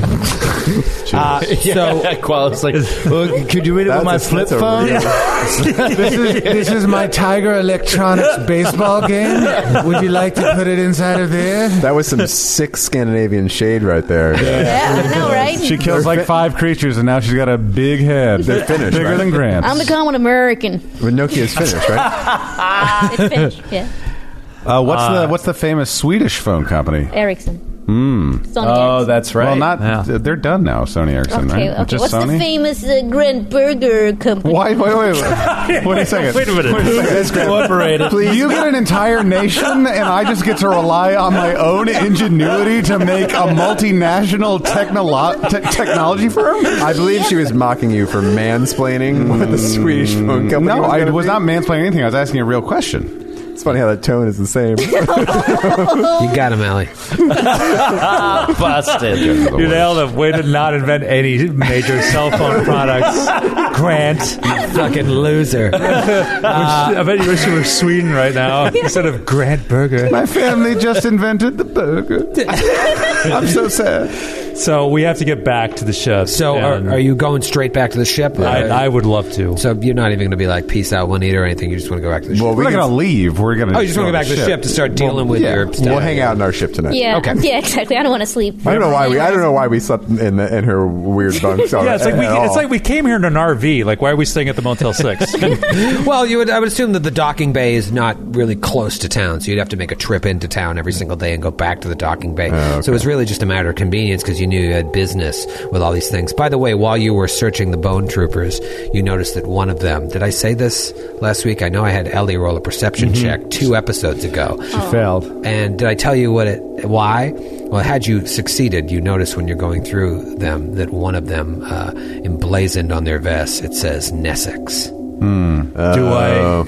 [SPEAKER 6] Uh, So Qualo's like, well, could you read it
[SPEAKER 2] That's
[SPEAKER 6] with my
[SPEAKER 2] a-
[SPEAKER 6] flip
[SPEAKER 2] that's a
[SPEAKER 6] phone?
[SPEAKER 2] real-
[SPEAKER 11] This is, this is my Tiger Electronics baseball game. Would you like to put it inside of there?
[SPEAKER 2] That was some sick Scandinavian shade right there.
[SPEAKER 3] Yeah, I know, right?
[SPEAKER 8] She kills like five creatures, and now she's got a big head.
[SPEAKER 2] They're finished,
[SPEAKER 8] bigger
[SPEAKER 2] right?
[SPEAKER 8] than Grant.
[SPEAKER 3] I'm becoming American.
[SPEAKER 2] But Nokia's finished, right?
[SPEAKER 3] It's finished. Yeah,
[SPEAKER 8] Uh, what's the what's the famous Swedish phone company?
[SPEAKER 3] Ericsson. Mm.
[SPEAKER 4] oh, that's right.
[SPEAKER 8] Well, not
[SPEAKER 7] Yeah.
[SPEAKER 8] th- they're done now. Sony Ericsson,
[SPEAKER 3] Okay,
[SPEAKER 8] right?
[SPEAKER 3] okay.
[SPEAKER 8] Just
[SPEAKER 3] What's the
[SPEAKER 8] Sony.
[SPEAKER 3] famous uh, Grand Burger company?
[SPEAKER 8] why? Wait, wait, wait. wait a second.
[SPEAKER 7] Wait a minute.
[SPEAKER 4] Incorporated.
[SPEAKER 8] Please. You get an entire nation, and I just get to rely on my own ingenuity to make a multinational technolo- te- technology firm?
[SPEAKER 2] I believe she was mocking you for mansplaining what the Swedish phone company.
[SPEAKER 8] No,
[SPEAKER 2] was
[SPEAKER 8] I
[SPEAKER 2] gonna
[SPEAKER 8] was
[SPEAKER 2] be.
[SPEAKER 8] not mansplaining anything. I was asking a real question.
[SPEAKER 2] It's funny how that tone is the same.
[SPEAKER 5] you got him, Allie.
[SPEAKER 4] busted.
[SPEAKER 7] You nailed it. Way to not invent any major cell phone products, Grant.
[SPEAKER 5] Fucking loser.
[SPEAKER 7] I bet you wish you were Sweden right now instead of Grant Burger.
[SPEAKER 8] My family just invented the burger. I'm so sad.
[SPEAKER 7] So we have to get back to the ship.
[SPEAKER 5] So
[SPEAKER 7] and
[SPEAKER 5] are, are you going straight back to the ship?
[SPEAKER 7] I, I would love to.
[SPEAKER 5] so you're not even going to be like peace out, one eat or anything. You just want to go back to the ship.
[SPEAKER 2] Well,
[SPEAKER 8] We're
[SPEAKER 2] we
[SPEAKER 8] not
[SPEAKER 2] can,
[SPEAKER 8] going to leave. We're going to.
[SPEAKER 5] oh, you just want to go back to the ship to start dealing with
[SPEAKER 2] yeah,
[SPEAKER 5] your stuff.
[SPEAKER 2] we'll hang out in our ship tonight.
[SPEAKER 3] Yeah,
[SPEAKER 5] Okay.
[SPEAKER 3] yeah, exactly. I don't want to sleep.
[SPEAKER 2] I don't know why we. I don't know why we slept in the, in her weird bunk.
[SPEAKER 7] yeah, it's like we
[SPEAKER 2] at all.
[SPEAKER 7] it's like we came here in an RV. Like, why are we staying at the Motel Six?
[SPEAKER 5] Well, you would. I would assume that the docking bay is not really close to town, so you'd have to make a trip into town every single day and go back to the docking bay.
[SPEAKER 2] Oh,
[SPEAKER 5] So it's really just a matter of convenience because you knew you had business with all these things. By the way, while you were searching the bone troopers, you noticed that one of them. Did I say this last week? I know I had Ellie roll a perception
[SPEAKER 2] Mm-hmm.
[SPEAKER 5] check two episodes ago.
[SPEAKER 4] failed.
[SPEAKER 5] And did I tell you what it why? Well, had you succeeded, you notice when you're going through them that one of them uh, emblazoned on their vest it says Nessex.
[SPEAKER 7] Do I?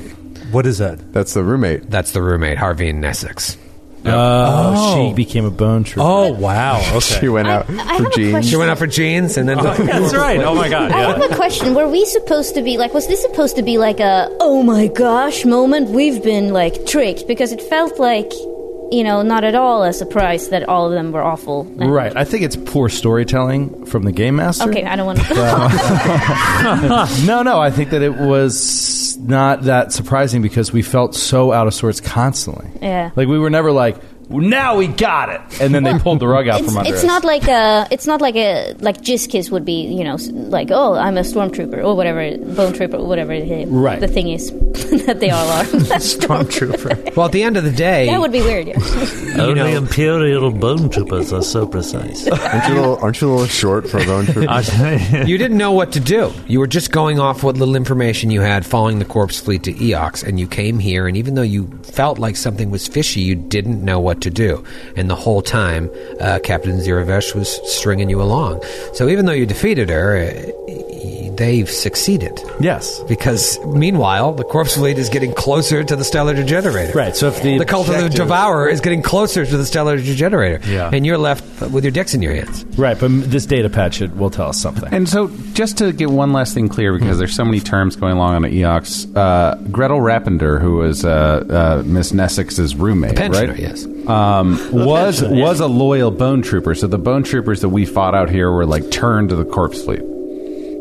[SPEAKER 7] What is that?
[SPEAKER 2] That's the roommate.
[SPEAKER 5] That's the roommate, Harvey Nessex.
[SPEAKER 4] Oh, she became a bone shrimper.
[SPEAKER 7] Oh wow! Okay.
[SPEAKER 4] she went
[SPEAKER 3] I- out I for have a jeans. question.
[SPEAKER 5] She went out for jeans and then.
[SPEAKER 7] Oh, that's right. Oh, my God,
[SPEAKER 3] I have a question. Were we supposed to be like? Was this supposed to be like a oh my gosh moment? We've been like tricked because it felt like, you know, not at all a surprise that all of them were awful.
[SPEAKER 9] Right. I think it's poor storytelling from the game master.
[SPEAKER 3] Okay, I don't want to.
[SPEAKER 9] no, no. I think that it was not that surprising because we felt so out of sorts constantly.
[SPEAKER 3] yeah.
[SPEAKER 9] Like we were never like, now we got it, and then they pulled the rug out
[SPEAKER 3] It's,
[SPEAKER 9] from under
[SPEAKER 3] it's
[SPEAKER 9] us.
[SPEAKER 3] not like a. It's not like a like Jiskis would be. You know, s- like oh, I'm a stormtrooper or whatever, bone trooper, or whatever the,
[SPEAKER 5] Right.
[SPEAKER 3] the thing is that they all are.
[SPEAKER 5] Stormtrooper. Well, at the end of the day,
[SPEAKER 3] that would be weird. Yeah.
[SPEAKER 12] Only Imperial bone troopers are so precise.
[SPEAKER 2] Aren't you a little, aren't you a little short for a bone trooper?
[SPEAKER 5] you didn't know what to do. You were just going off what little information you had following the corpse fleet to Eox, and you came here, and even though you felt like something was fishy, you didn't know what to do. And the whole time, uh, Captain Ziravesh was stringing you along. So even though you defeated her, uh, they've succeeded.
[SPEAKER 9] Yes.
[SPEAKER 5] Because meanwhile, the corpse fleet is getting closer to the stellar degenerator.
[SPEAKER 9] Right, so if the
[SPEAKER 5] the cult of the
[SPEAKER 9] objective-
[SPEAKER 5] devourer is getting closer to the stellar degenerator,
[SPEAKER 9] Yeah.
[SPEAKER 5] and you're left with your dicks in your hands.
[SPEAKER 9] Right, but this data patch it will tell us something.
[SPEAKER 8] And so, just to get one last thing clear, because
[SPEAKER 5] Hmm.
[SPEAKER 8] there's so many terms going along on the EOX, uh, Gretel Rappender, who was uh, uh, Miss Nessex's roommate,
[SPEAKER 5] pensioner,
[SPEAKER 8] right?
[SPEAKER 5] yes.
[SPEAKER 8] um, was was a loyal Bone Trooper. So the Bone Troopers that we fought out here were like turned to the Corpse Fleet.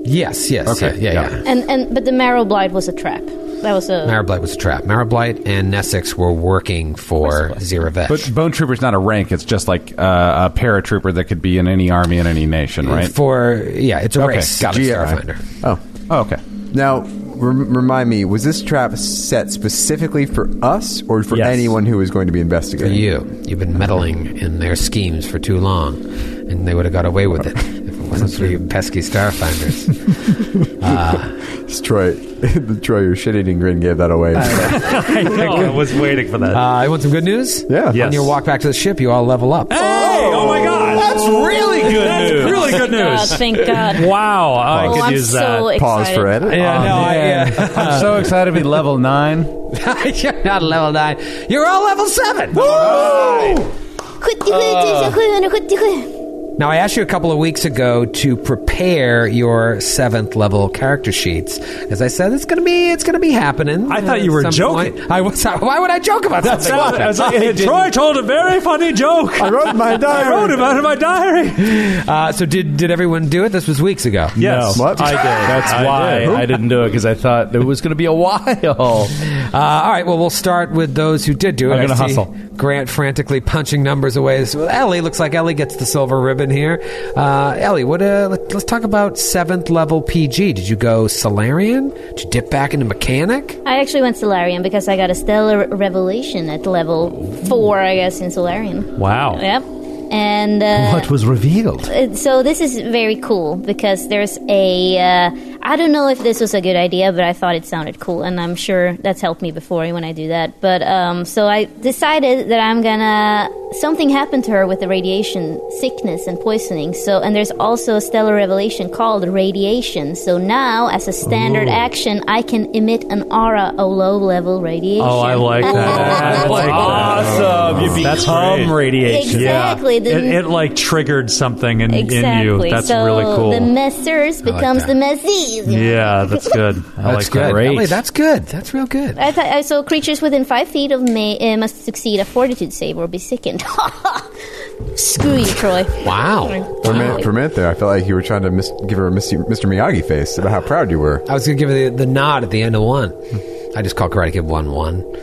[SPEAKER 5] Yes, yes, yeah, yeah, yeah.
[SPEAKER 3] and and but the marrow blight was a trap. That was a.
[SPEAKER 5] Mara Blight was a trap. Mara Blight and Nessex were working for Ziravesh.
[SPEAKER 8] But Bone Trooper's not a rank; it's just like uh, a paratrooper that could be in any army in any nation, right?
[SPEAKER 5] For yeah, it's a
[SPEAKER 8] okay,
[SPEAKER 5] race.
[SPEAKER 8] Got it.
[SPEAKER 5] GI.
[SPEAKER 8] Starfinder.
[SPEAKER 2] Oh.
[SPEAKER 8] oh, okay.
[SPEAKER 2] Now, rem- remind me, was this trap set specifically for us or for anyone who was going to be investigating?
[SPEAKER 5] you. You've been meddling in their schemes for too long, and they would have got away with it if it wasn't for you pesky Starfinders.
[SPEAKER 2] Troy, Troy, your shit eating grin gave that away.
[SPEAKER 7] I know. I was waiting for that.
[SPEAKER 5] Uh, you want some good news? Yeah. On
[SPEAKER 7] Yes.
[SPEAKER 5] your walk back to the ship, you all level up.
[SPEAKER 7] Hey! Oh my God! That's really good That's
[SPEAKER 5] news.
[SPEAKER 7] Really
[SPEAKER 3] Thank
[SPEAKER 7] good news.
[SPEAKER 3] God, Oh, thank God.
[SPEAKER 7] Wow! I
[SPEAKER 3] Oh,
[SPEAKER 7] could
[SPEAKER 3] I'm
[SPEAKER 7] use
[SPEAKER 3] so
[SPEAKER 7] that.
[SPEAKER 2] Pause for edit.
[SPEAKER 5] Yeah, no, I, yeah.
[SPEAKER 11] I'm so excited to be level nine.
[SPEAKER 5] You're not level nine. You're all level seven. Now, I asked you a couple of weeks ago to prepare your seventh level character sheets. As I said, it's gonna be it's gonna be happening.
[SPEAKER 7] I thought
[SPEAKER 5] uh,
[SPEAKER 7] you
[SPEAKER 5] at
[SPEAKER 7] were
[SPEAKER 5] some
[SPEAKER 7] joking.
[SPEAKER 5] point. I was. Why would I joke about
[SPEAKER 7] That's
[SPEAKER 5] something?
[SPEAKER 7] how- I was like, hey, Troy told a very funny joke. I
[SPEAKER 2] wrote my diary.
[SPEAKER 7] I wrote about it in my diary.
[SPEAKER 5] Uh, so did did everyone do it? This was weeks ago.
[SPEAKER 4] No, I did. That's
[SPEAKER 5] I
[SPEAKER 4] why
[SPEAKER 5] did.
[SPEAKER 4] I didn't do it because I thought it was going to be a while.
[SPEAKER 5] Uh, all right. Well, we'll start with those who did do it.
[SPEAKER 4] I'm gonna
[SPEAKER 5] I see
[SPEAKER 4] hustle.
[SPEAKER 5] Grant frantically punching numbers away. So Ellie looks like Ellie gets the silver ribbon here. Uh, Ellie, what? Uh, let, let's talk about seventh level PG. Did you go Solarian? Did you dip back into mechanic?
[SPEAKER 3] I actually went Solarium because I got a stellar revelation at level four, I guess, in Solarium.
[SPEAKER 7] Wow.
[SPEAKER 3] Yep. And uh,
[SPEAKER 9] was revealed?
[SPEAKER 3] Uh, so this is very cool because there's a uh, i don't know if this was a good idea but i thought it sounded cool and i'm sure that's helped me before when i do that but um, so i decided that i'm gonna something happened to her with the radiation sickness and poisoning so and there's also a stellar revelation called radiation so now as a standard action i can emit an aura of low level radiation
[SPEAKER 7] Oh, I like that. I like that.
[SPEAKER 4] awesome. You
[SPEAKER 7] That's
[SPEAKER 4] become
[SPEAKER 7] great.
[SPEAKER 4] radiation.
[SPEAKER 3] Exactly.
[SPEAKER 7] Yeah.
[SPEAKER 3] The-
[SPEAKER 7] It, it like triggered something in, in
[SPEAKER 3] Exactly.
[SPEAKER 7] you. That's
[SPEAKER 3] so
[SPEAKER 7] really cool.
[SPEAKER 3] The messers becomes the messees.
[SPEAKER 7] yeah, that's good. I
[SPEAKER 5] That's
[SPEAKER 7] like that.
[SPEAKER 5] good. Ellie, that's good. That's real good.
[SPEAKER 3] I th- I saw creatures within five feet of me uh, must succeed a fortitude save or be sickened. Screw you, Troy.
[SPEAKER 5] Wow.
[SPEAKER 2] For a, minute, for a minute there, I felt like you were trying to mis- give her a mis- Mr. Miyagi face about how proud you were.
[SPEAKER 5] I was going to give her the, the nod at the end of one. I just call Karate Kid 1 1.
[SPEAKER 2] Call-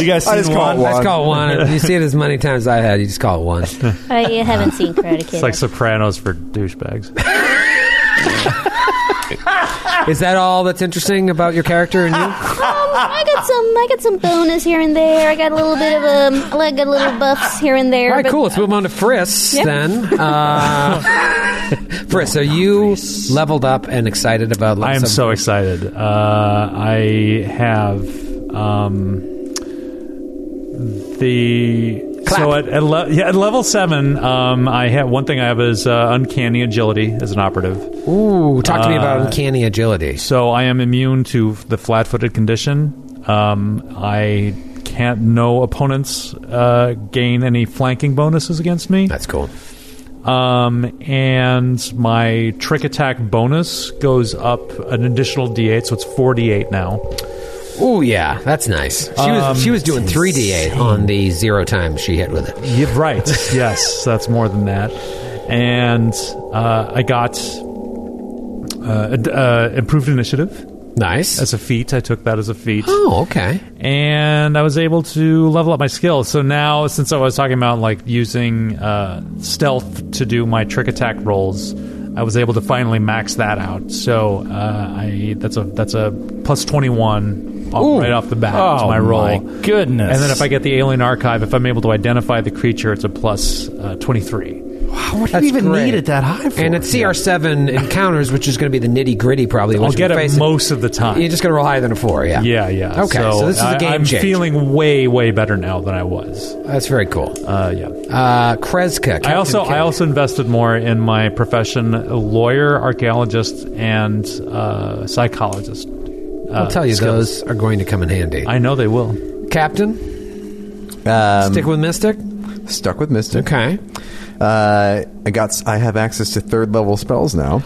[SPEAKER 4] you guys
[SPEAKER 2] I just
[SPEAKER 4] seen
[SPEAKER 2] call it
[SPEAKER 4] one?
[SPEAKER 5] Let's call 1. You see it as many times as I had. You just call it 1.
[SPEAKER 3] I uh, haven't seen Karate Kid.
[SPEAKER 7] It's like Sopranos for douchebags.
[SPEAKER 5] Is that all that's interesting about your character and you?
[SPEAKER 3] um, I got some, I got some bonus here and there. I got a little bit of um, I got little buffs here and there.
[SPEAKER 5] All right,
[SPEAKER 3] but
[SPEAKER 5] cool. Let's move on to Friss
[SPEAKER 3] Yeah.
[SPEAKER 5] then. Uh, Friss, are you leveled up and excited about level
[SPEAKER 7] I am
[SPEAKER 5] seven?
[SPEAKER 7] so excited. Uh, I have um, the so at, at, le- yeah, at level seven. Um, I have one thing I have is uh, uncanny agility as an operative.
[SPEAKER 5] Ooh, talk to me about
[SPEAKER 7] Uh,
[SPEAKER 5] uncanny agility.
[SPEAKER 7] So I am immune to the flat-footed condition. Um, I can't. No opponents uh, gain any flanking bonuses against me. That's
[SPEAKER 5] cool.
[SPEAKER 7] Um, and my trick attack bonus goes up an additional d8, so it's 48 now.
[SPEAKER 5] Oh yeah, that's nice. She was she was
[SPEAKER 7] Um,
[SPEAKER 5] doing 3d8 on the zero time she hit with it.
[SPEAKER 7] Yeah, right. yes, that's more than that. And uh, I got uh, ad- uh, improved initiative.
[SPEAKER 5] Nice.
[SPEAKER 7] As a feat. I took that as a feat.
[SPEAKER 5] Oh, okay.
[SPEAKER 7] And I was able to level up my skills. So now, since I was talking about like using uh, stealth to do my trick attack rolls, I was able to finally max that out. So uh, I that's a that's a plus twenty one
[SPEAKER 4] Ooh.
[SPEAKER 7] right off the bat.
[SPEAKER 4] Oh,
[SPEAKER 7] is my roll.
[SPEAKER 4] my goodness.
[SPEAKER 7] And then if I get the alien archive, if I'm able to identify the creature, it's a plus uh, twenty three.
[SPEAKER 5] What
[SPEAKER 7] do you even
[SPEAKER 5] need it
[SPEAKER 9] that high
[SPEAKER 5] for? And it's CR7 encounters, which is going to be the nitty gritty probably.
[SPEAKER 7] I'll
[SPEAKER 5] once we
[SPEAKER 7] get
[SPEAKER 5] face
[SPEAKER 7] it Oh, most of the time.
[SPEAKER 5] You're just going to roll higher than a four, yeah.
[SPEAKER 7] Yeah, yeah.
[SPEAKER 5] Okay, so, this is a
[SPEAKER 7] I-
[SPEAKER 5] game
[SPEAKER 7] I'm
[SPEAKER 5] changer.
[SPEAKER 7] feeling way, way better now than I was.
[SPEAKER 5] That's very cool.
[SPEAKER 7] Uh, yeah.
[SPEAKER 5] Uh, Kreska.
[SPEAKER 7] I also
[SPEAKER 5] Captain
[SPEAKER 7] I also invested more in my profession: lawyer, archaeologist, and uh, psychologist. Uh,
[SPEAKER 5] I'll tell you,
[SPEAKER 7] skills.
[SPEAKER 5] those are going to come in handy.
[SPEAKER 7] I know they will.
[SPEAKER 5] Captain?
[SPEAKER 2] Um,
[SPEAKER 5] Stick with Mystic.
[SPEAKER 2] Stuck with Mystic.
[SPEAKER 5] Okay.
[SPEAKER 2] Uh, I got. s- I have access to third level spells now.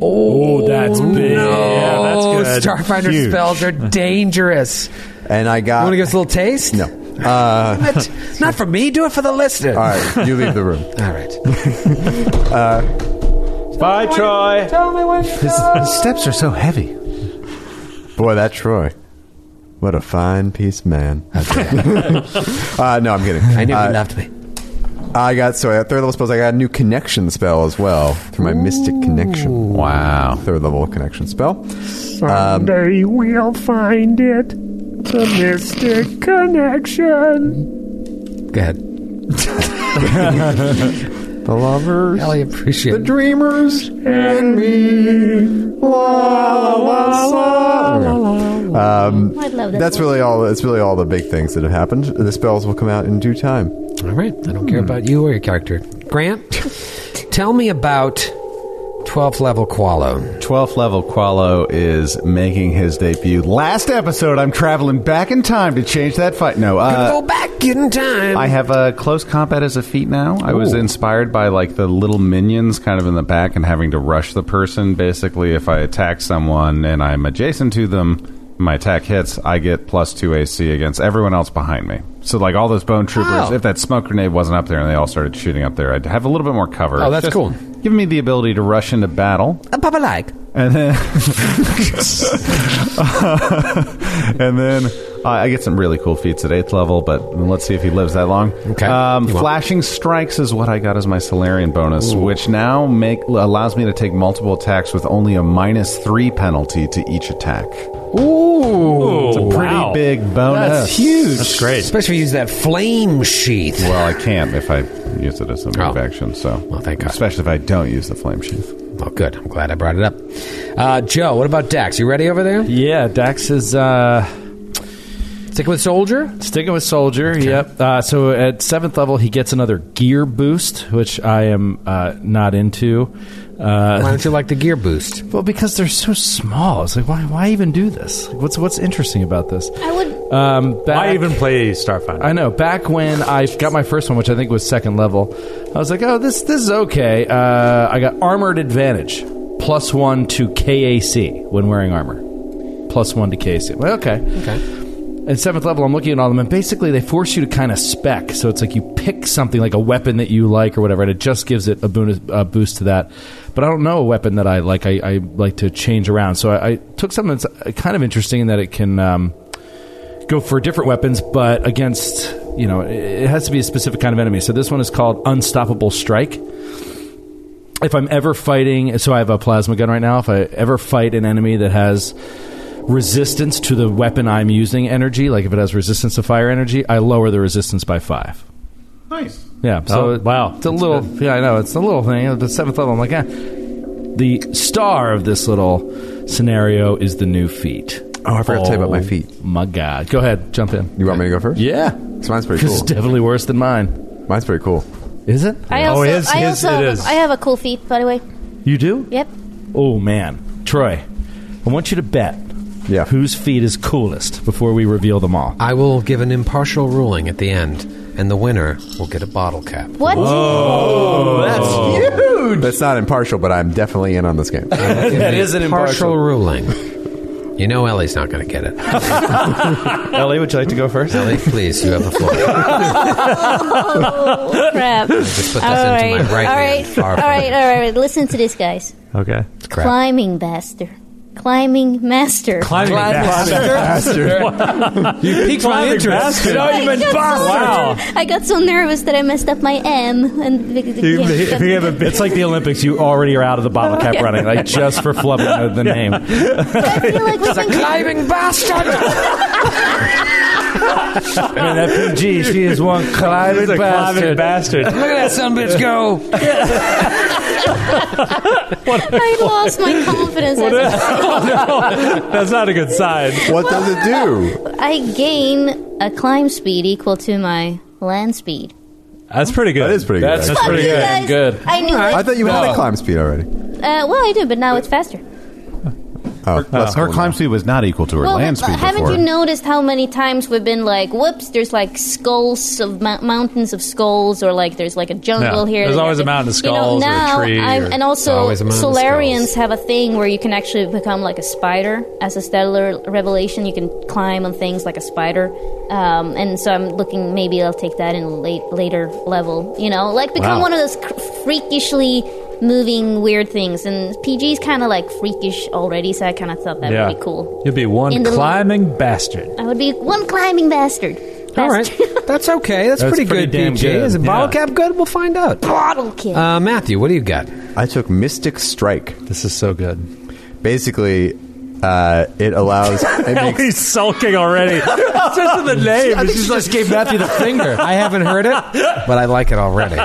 [SPEAKER 5] Oh,
[SPEAKER 4] that's big.
[SPEAKER 5] Yeah,
[SPEAKER 4] that's
[SPEAKER 2] good.
[SPEAKER 5] Starfinder
[SPEAKER 2] Huge.
[SPEAKER 5] spells are dangerous.
[SPEAKER 2] And I got.
[SPEAKER 5] Want to give us a little taste?
[SPEAKER 2] No. Uh,
[SPEAKER 5] What? Not for me. Do it for the listener.
[SPEAKER 2] All right, you leave the room.
[SPEAKER 5] All right.
[SPEAKER 2] Uh,
[SPEAKER 5] Bye, Troy. Tell me when
[SPEAKER 11] His steps are so heavy.
[SPEAKER 2] boy, that Troy. What a fine piece, of man. uh, no, I'm kidding. I
[SPEAKER 5] knew you
[SPEAKER 2] uh,
[SPEAKER 5] loved me.
[SPEAKER 2] I got so I got third level spells. I got a new connection spell as well through my mystic connection.
[SPEAKER 5] Wow,
[SPEAKER 2] third level connection spell. Um,
[SPEAKER 13] Someday we'll find it. The mystic connection.
[SPEAKER 5] Go ahead.
[SPEAKER 2] the lovers,
[SPEAKER 5] I appreciate
[SPEAKER 2] the dreamers, and me. La la la la. Um,
[SPEAKER 3] I'd love that
[SPEAKER 2] that's
[SPEAKER 3] one.
[SPEAKER 2] really all. That's really all the big things that have happened. The spells will come out in due time.
[SPEAKER 5] All right, I don't
[SPEAKER 2] Hmm.
[SPEAKER 5] care about you or your character. Grant, tell me about 12th level Qualo.
[SPEAKER 8] 12th level Qualo is making his debut. Last episode, I'm traveling back in time to change that fight. No, uh,
[SPEAKER 5] Go back in time.
[SPEAKER 8] I have uh, close combat as a feat now. I was
[SPEAKER 5] Ooh.
[SPEAKER 8] inspired by like the little minions kind of in the back and having to rush the person. Basically, if I attack someone and I'm adjacent to them, my attack hits, I get plus two AC against everyone else behind me. So like all those bone troopers,
[SPEAKER 5] Oh.
[SPEAKER 8] if that smoke grenade wasn't up there and they all started shooting up there, I'd have a little bit more cover.
[SPEAKER 5] Oh, that's
[SPEAKER 8] Just
[SPEAKER 5] cool.
[SPEAKER 8] Giving me the ability to rush into battle.
[SPEAKER 5] A Papa like.
[SPEAKER 8] And then, and then uh, I get some really cool feats at eighth level, but let's see if he lives that long. Okay. Um,
[SPEAKER 5] You won't.
[SPEAKER 8] flashing strikes is what I got as my Solarian bonus,
[SPEAKER 5] Ooh.
[SPEAKER 8] which now make allows me to take multiple attacks with only a minus three penalty to each attack.
[SPEAKER 5] Ooh,
[SPEAKER 9] Oh,
[SPEAKER 8] It's a pretty big bonus.
[SPEAKER 5] That's
[SPEAKER 8] huge.
[SPEAKER 5] That's great. Especially if you use that flame sheath.
[SPEAKER 8] Well, I can't if I use it as a move
[SPEAKER 9] Oh.
[SPEAKER 8] action. So, well,
[SPEAKER 5] thank God.
[SPEAKER 8] Especially if I don't use the flame sheath.
[SPEAKER 5] Oh, good. I'm glad I brought it up. Uh, Joe, what about Dax? You ready over there?
[SPEAKER 9] Yeah, Dax is. Uh,
[SPEAKER 5] Sticking with soldier.
[SPEAKER 9] Sticking with soldier. Yep. Uh, so at seventh level, he gets another gear boost, which I am uh, not into. Uh,
[SPEAKER 5] Why don't you like the gear boost?
[SPEAKER 9] Well, because they're so small. It's like why? Why even do this? Like, what's What's interesting about this?
[SPEAKER 3] I would
[SPEAKER 9] Um, back,
[SPEAKER 7] Why even play Starfinder?
[SPEAKER 9] I know. Back when I got my first one, which I think was second level, I was like, "Oh, this this is okay." Uh, I got armored advantage, plus one to KAC when wearing armor, plus one to KAC. Well, okay.
[SPEAKER 5] Okay.
[SPEAKER 9] At seventh level, I'm looking at all of them, and basically they force you to kind of spec. So it's like you pick something like a weapon that you like or whatever, and it just gives it a, bonus, a boost to that. But I don't know a weapon that I like. I, I like to change around, so I, I took something that's uh, kind of interesting in that it can. Um, go for different weapons, but against you know it has to be a specific kind of enemy. So this one is called Unstoppable Strike. If I'm ever fighting, so I have a plasma gun right now. If I ever fight an enemy that has resistance to the weapon I'm using energy, like if it has resistance to fire energy, I lower the resistance by five.
[SPEAKER 8] Nice.
[SPEAKER 9] Yeah. So
[SPEAKER 7] Oh,
[SPEAKER 9] wow, it's a little. Yeah, I know it's a little thing. At the seventh level, I'm like, eh. the star of this little scenario is the new feat.
[SPEAKER 2] Oh, I forgot to tell you about my feet.
[SPEAKER 9] My God, go ahead, jump in.
[SPEAKER 2] You want me to go first?
[SPEAKER 9] Yeah,
[SPEAKER 2] so mine's pretty cool.
[SPEAKER 9] It's definitely worse than mine.
[SPEAKER 2] Mine's pretty cool.
[SPEAKER 9] Is Oh, it?
[SPEAKER 3] I also, I also have, I have a cool feat, by the way.
[SPEAKER 9] You do?
[SPEAKER 3] Yep.
[SPEAKER 9] Oh man, Troy, I want you to bet
[SPEAKER 2] Yeah.
[SPEAKER 9] Whose feet is coolest before we reveal them all?
[SPEAKER 5] I will give an impartial ruling at the end, and the winner will get a bottle cap.
[SPEAKER 3] What?
[SPEAKER 2] that's huge. Oh. That's not impartial, but I'm definitely in on this game.
[SPEAKER 5] That
[SPEAKER 9] is an
[SPEAKER 5] impartial ruling. You know Ellie's not going to get it.
[SPEAKER 9] Ellie, would you like to go first?
[SPEAKER 5] Ellie, please, you have the floor.
[SPEAKER 3] Oh, crap.
[SPEAKER 5] Just put this into my right
[SPEAKER 3] all
[SPEAKER 5] hand,
[SPEAKER 3] right, all
[SPEAKER 5] far from
[SPEAKER 3] right, all right. Listen to this, guys.
[SPEAKER 7] Okay.
[SPEAKER 3] Climbing master. Climbing master.
[SPEAKER 7] Climbing master.
[SPEAKER 3] you
[SPEAKER 6] piqued my interest. You know, you've been bastard. Wow.
[SPEAKER 3] I got so nervous that I messed up my M. And
[SPEAKER 9] it's like the Olympics. You already are out of the bottle cap
[SPEAKER 3] Okay.
[SPEAKER 9] running, like just for flubbing the, the name.
[SPEAKER 3] It's a climbing
[SPEAKER 5] bastard.
[SPEAKER 9] Man, that PG, she is one climbing
[SPEAKER 6] She's a climbing bastard.
[SPEAKER 9] Look
[SPEAKER 5] at that son bitch go.
[SPEAKER 3] I lost my confidence. as I said.
[SPEAKER 7] That's not a good sign.
[SPEAKER 2] What does it do?
[SPEAKER 3] I gain a climb speed equal to my land speed.
[SPEAKER 7] That's pretty good. That is pretty
[SPEAKER 2] good,
[SPEAKER 7] That's,
[SPEAKER 2] actually.
[SPEAKER 7] pretty
[SPEAKER 3] You
[SPEAKER 7] good.
[SPEAKER 3] guys, I knew it.
[SPEAKER 2] I thought you had
[SPEAKER 3] No.
[SPEAKER 2] a climb speed already.
[SPEAKER 3] Uh, well, I do, but now it's faster.
[SPEAKER 8] Oh,
[SPEAKER 7] Uh,
[SPEAKER 8] her climb speed was not equal to her
[SPEAKER 3] well,
[SPEAKER 8] land
[SPEAKER 3] but
[SPEAKER 8] speed
[SPEAKER 3] haven't
[SPEAKER 8] before.
[SPEAKER 3] you noticed how many times we've been like, "Whoops!" There's like skulls of mou- mountains of skulls, or like there's like a jungle
[SPEAKER 7] Yeah,
[SPEAKER 3] here.
[SPEAKER 7] there's
[SPEAKER 3] that-
[SPEAKER 7] always a mountain of
[SPEAKER 3] You know,
[SPEAKER 7] skulls or a
[SPEAKER 3] now
[SPEAKER 7] tree
[SPEAKER 3] I'm-
[SPEAKER 7] or-
[SPEAKER 3] and also,
[SPEAKER 7] Always a mountain of
[SPEAKER 3] Solarians have a thing where you can actually become like a spider as a stellar revelation. You can climb on things like a spider, um, and so I'm looking. Maybe I'll take that in a late later level. You know, like become
[SPEAKER 14] Wow.
[SPEAKER 3] one of those cr- freakishly. Moving weird things and PG's kind of like freakish already, so I kind of thought that
[SPEAKER 7] yeah.
[SPEAKER 3] would be cool.
[SPEAKER 7] You'll be one
[SPEAKER 3] In the-
[SPEAKER 7] climbing bastard.
[SPEAKER 3] I would be one climbing bastard.
[SPEAKER 5] All right. That's okay. That's, pretty, good, PG. Is a bottle cap good? We'll find out.
[SPEAKER 3] Bottle cap.
[SPEAKER 5] Uh, Matthew, what do you got?
[SPEAKER 2] I took Mystic Strike.
[SPEAKER 7] This is so good.
[SPEAKER 2] Basically, uh, it allows. It makes,
[SPEAKER 7] He's sulking already. It's just in the name.
[SPEAKER 5] I think
[SPEAKER 7] It's
[SPEAKER 5] she just gave Matthew the finger. I haven't heard it, but I like it already.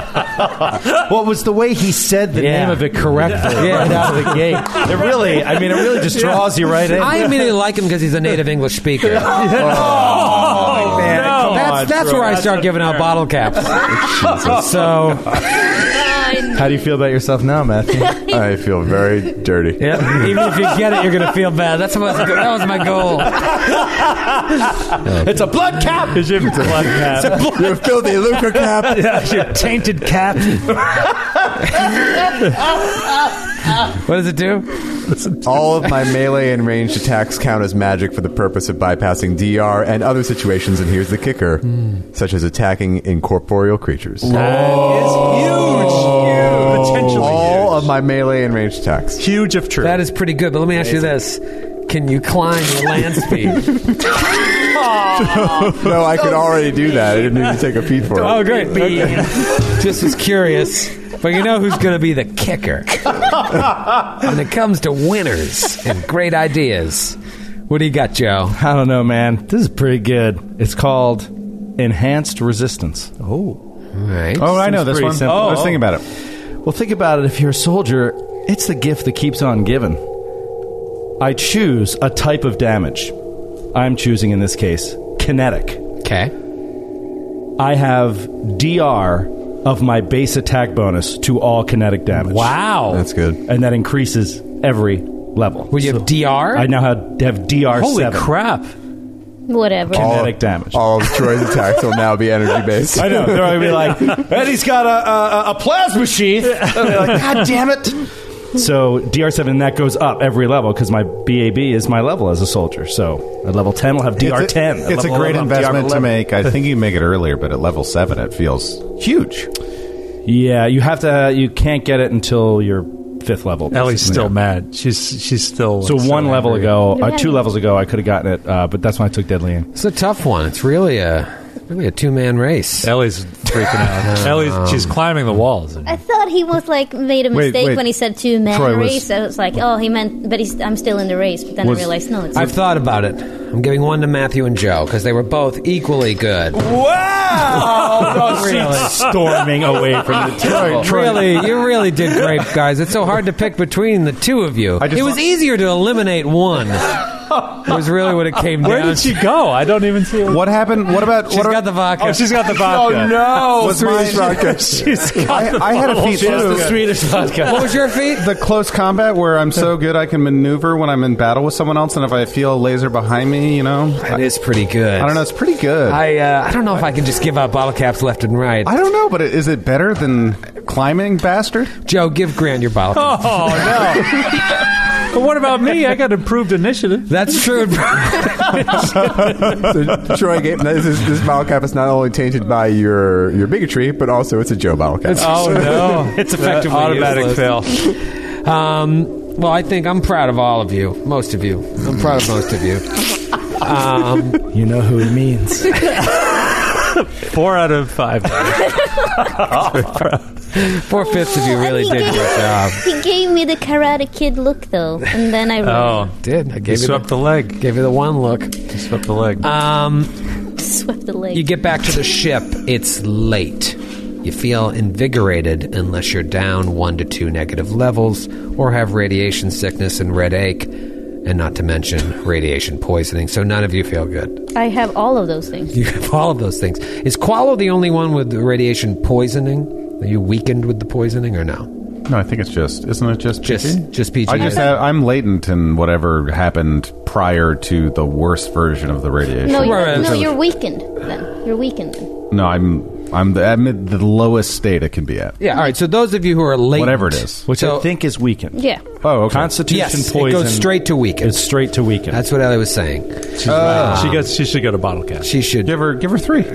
[SPEAKER 15] What was the way he said the name of it correctly
[SPEAKER 5] Yeah.
[SPEAKER 15] right out of the gate? It really, I mean, it really just draws you right in.
[SPEAKER 5] I immediately like him because he's a native English speaker.
[SPEAKER 15] Oh, man, come
[SPEAKER 5] that's
[SPEAKER 15] on,
[SPEAKER 5] that's
[SPEAKER 15] bro.
[SPEAKER 5] where I
[SPEAKER 15] That's
[SPEAKER 5] start giving out bottle caps. so,
[SPEAKER 9] How do you feel about yourself now, Matthew?
[SPEAKER 2] I feel very dirty.
[SPEAKER 5] Yeah, even if you get it, you're gonna feel bad. That's what that was my goal.
[SPEAKER 6] It's a blood cap. It's a blood cap.
[SPEAKER 2] Your filthy lucre cap.
[SPEAKER 6] yeah, your tainted cap.
[SPEAKER 5] What does it do?
[SPEAKER 2] All of my melee and ranged attacks count as magic for the purpose of bypassing DR and other situations, and here's the kicker,
[SPEAKER 7] Hmm.
[SPEAKER 2] such as attacking incorporeal creatures.
[SPEAKER 7] huge. Potentially
[SPEAKER 2] All of my melee and ranged attacks.
[SPEAKER 7] Huge if true.
[SPEAKER 5] That is pretty good. But let me ask you this: Can you climb your land speed?
[SPEAKER 2] no, I could already do that. I didn't need to take a feed for it.
[SPEAKER 5] oh, great! Just was curious, but you know who's gonna be the kicker when it comes to winners and great ideas? What do you got, Joe?
[SPEAKER 9] I don't know, man. This is pretty good. It's called Enhanced Resistance. Oh.
[SPEAKER 5] Right.
[SPEAKER 8] Oh, I know this one. I was thinking about
[SPEAKER 9] it. Oh. Well, think about it. If you're a soldier, it's the gift that keeps on giving. I choose a type of damage. I'm choosing, in this case, kinetic.
[SPEAKER 5] Okay.
[SPEAKER 9] I have DR of my base attack bonus to all kinetic damage.
[SPEAKER 7] Wow.
[SPEAKER 2] That's good.
[SPEAKER 9] And that increases every level.
[SPEAKER 5] Well, you have DR?
[SPEAKER 9] I now have, have DR
[SPEAKER 7] Holy
[SPEAKER 9] 7.
[SPEAKER 7] crap.
[SPEAKER 3] Whatever.
[SPEAKER 9] Kinetic damage.
[SPEAKER 2] All of Troy's attacks will now be energy based.
[SPEAKER 9] I know. They're going to be like, and he's got a, a, a plasma sheath. And they're like, God damn it. So DR7, and that goes up every level because my BAB is my level as a soldier. So at level 10, we'll have DR10.
[SPEAKER 8] It's a,
[SPEAKER 9] At
[SPEAKER 8] it's a
[SPEAKER 9] level
[SPEAKER 8] great
[SPEAKER 9] 11,
[SPEAKER 8] investment to
[SPEAKER 9] DR11.
[SPEAKER 8] make. I think you make it earlier, but at level seven, it feels huge.
[SPEAKER 9] Yeah, you have to. You can't get it until your fifth level.
[SPEAKER 7] Ellie's
[SPEAKER 9] basically.
[SPEAKER 7] still mad. She's she's still
[SPEAKER 9] So one level
[SPEAKER 7] angry.
[SPEAKER 9] ago, uh,
[SPEAKER 7] Yeah.
[SPEAKER 9] two levels ago, I could have gotten it, uh, but that's when I took deadly aim.
[SPEAKER 5] It's a tough one. It's really a really a two man race. Uh,
[SPEAKER 7] Ellie's freaking out. Ellie's she's climbing the walls.
[SPEAKER 5] Oh,
[SPEAKER 3] I thought he was like made a
[SPEAKER 7] Wait,
[SPEAKER 3] mistake
[SPEAKER 7] wait.
[SPEAKER 3] when he said two man
[SPEAKER 5] Troy was-
[SPEAKER 3] race. I was like, oh, he meant, but he's, I'm still in the race. But then I realized, no, it's
[SPEAKER 5] I've thought about it. I'm giving one to Matthew and Joe because they were both equally good.
[SPEAKER 6] Wow!
[SPEAKER 7] Oh,
[SPEAKER 9] she's storming away from the
[SPEAKER 5] Troy, Really, you really did great, guys. It's so hard to pick between the two of you.
[SPEAKER 9] I just
[SPEAKER 5] it was
[SPEAKER 9] want-
[SPEAKER 5] easier to eliminate one
[SPEAKER 7] It was really what it came
[SPEAKER 6] Where
[SPEAKER 7] down
[SPEAKER 6] did
[SPEAKER 7] she go? I don't even see
[SPEAKER 8] What happened? What about?
[SPEAKER 7] She's
[SPEAKER 8] what
[SPEAKER 7] got the vodka.
[SPEAKER 8] Oh, she's got the vodka.
[SPEAKER 7] Oh, no.
[SPEAKER 8] Was mine
[SPEAKER 7] Swedish
[SPEAKER 8] vodka?
[SPEAKER 7] She's got
[SPEAKER 8] I,
[SPEAKER 7] the
[SPEAKER 8] I had a
[SPEAKER 7] bottle.
[SPEAKER 8] feat
[SPEAKER 7] She has
[SPEAKER 8] too.
[SPEAKER 7] the Swedish vodka. What was your feat?
[SPEAKER 8] The close combat, where I'm so good I can maneuver when I'm in battle with someone else, and if I feel a laser behind me, you know, that
[SPEAKER 5] is pretty good.
[SPEAKER 8] I don't know. It's pretty good.
[SPEAKER 5] I uh, I don't know if I can just give out bottle caps left and right.
[SPEAKER 8] I don't know, but is it better than climbing, bastard?
[SPEAKER 5] Joe, give Grant your bottle. cap.
[SPEAKER 7] Oh no! but what about me? I got improved initiative.
[SPEAKER 5] That's true.
[SPEAKER 2] so Troy, gave, this, is, this bottle cap is not only tainted by your your bigotry, but also it's a Joe bottle cap. Uh,
[SPEAKER 5] oh no! It's effectively
[SPEAKER 7] Automatic
[SPEAKER 5] fail. Um, well, I think I'm proud of all of you, most of you. I'm proud of most of you. Um,
[SPEAKER 4] you know who it means.
[SPEAKER 7] Four out of five.
[SPEAKER 5] Four fifths of you really did a good job.
[SPEAKER 3] He gave me the Karate Kid look though, and then I
[SPEAKER 5] Oh, did I gave you
[SPEAKER 7] swept
[SPEAKER 5] the, leg? Gave you the one look.
[SPEAKER 7] swept the leg.
[SPEAKER 5] Um,
[SPEAKER 3] swept the leg.
[SPEAKER 5] You get back to the ship. It's late. You feel invigorated unless you're down one to two negative levels or have radiation sickness and red ache, and not to mention radiation poisoning. So none of you feel good.
[SPEAKER 3] I have all of those things.
[SPEAKER 5] You have all of those things. Is Qualo the only one with the radiation poisoning? Are you weakened with the poisoning or no?
[SPEAKER 8] No, I think it's just. Isn't it just
[SPEAKER 5] just
[SPEAKER 8] PG?
[SPEAKER 5] just PG?
[SPEAKER 8] I just have, I'm latent in whatever happened prior to the worst version of the radiation.
[SPEAKER 3] No, you're, no, you're weakened. Then you're weakened. Then.
[SPEAKER 8] No, I'm I'm the, I'm at the lowest state it can be at.
[SPEAKER 5] Yeah. All right. So those of you who are late,
[SPEAKER 8] Whatever it is.
[SPEAKER 5] which I think
[SPEAKER 4] is weakened.
[SPEAKER 3] Yeah.
[SPEAKER 8] Oh, okay.
[SPEAKER 4] Constitution
[SPEAKER 5] Yes, it
[SPEAKER 4] poison.
[SPEAKER 5] goes straight to weaken.
[SPEAKER 4] It's straight to weaken.
[SPEAKER 5] That's what I was saying.
[SPEAKER 7] She's
[SPEAKER 5] Uh,
[SPEAKER 7] right. She gets. She should get a bottle cap.
[SPEAKER 5] She should
[SPEAKER 8] give her give her three.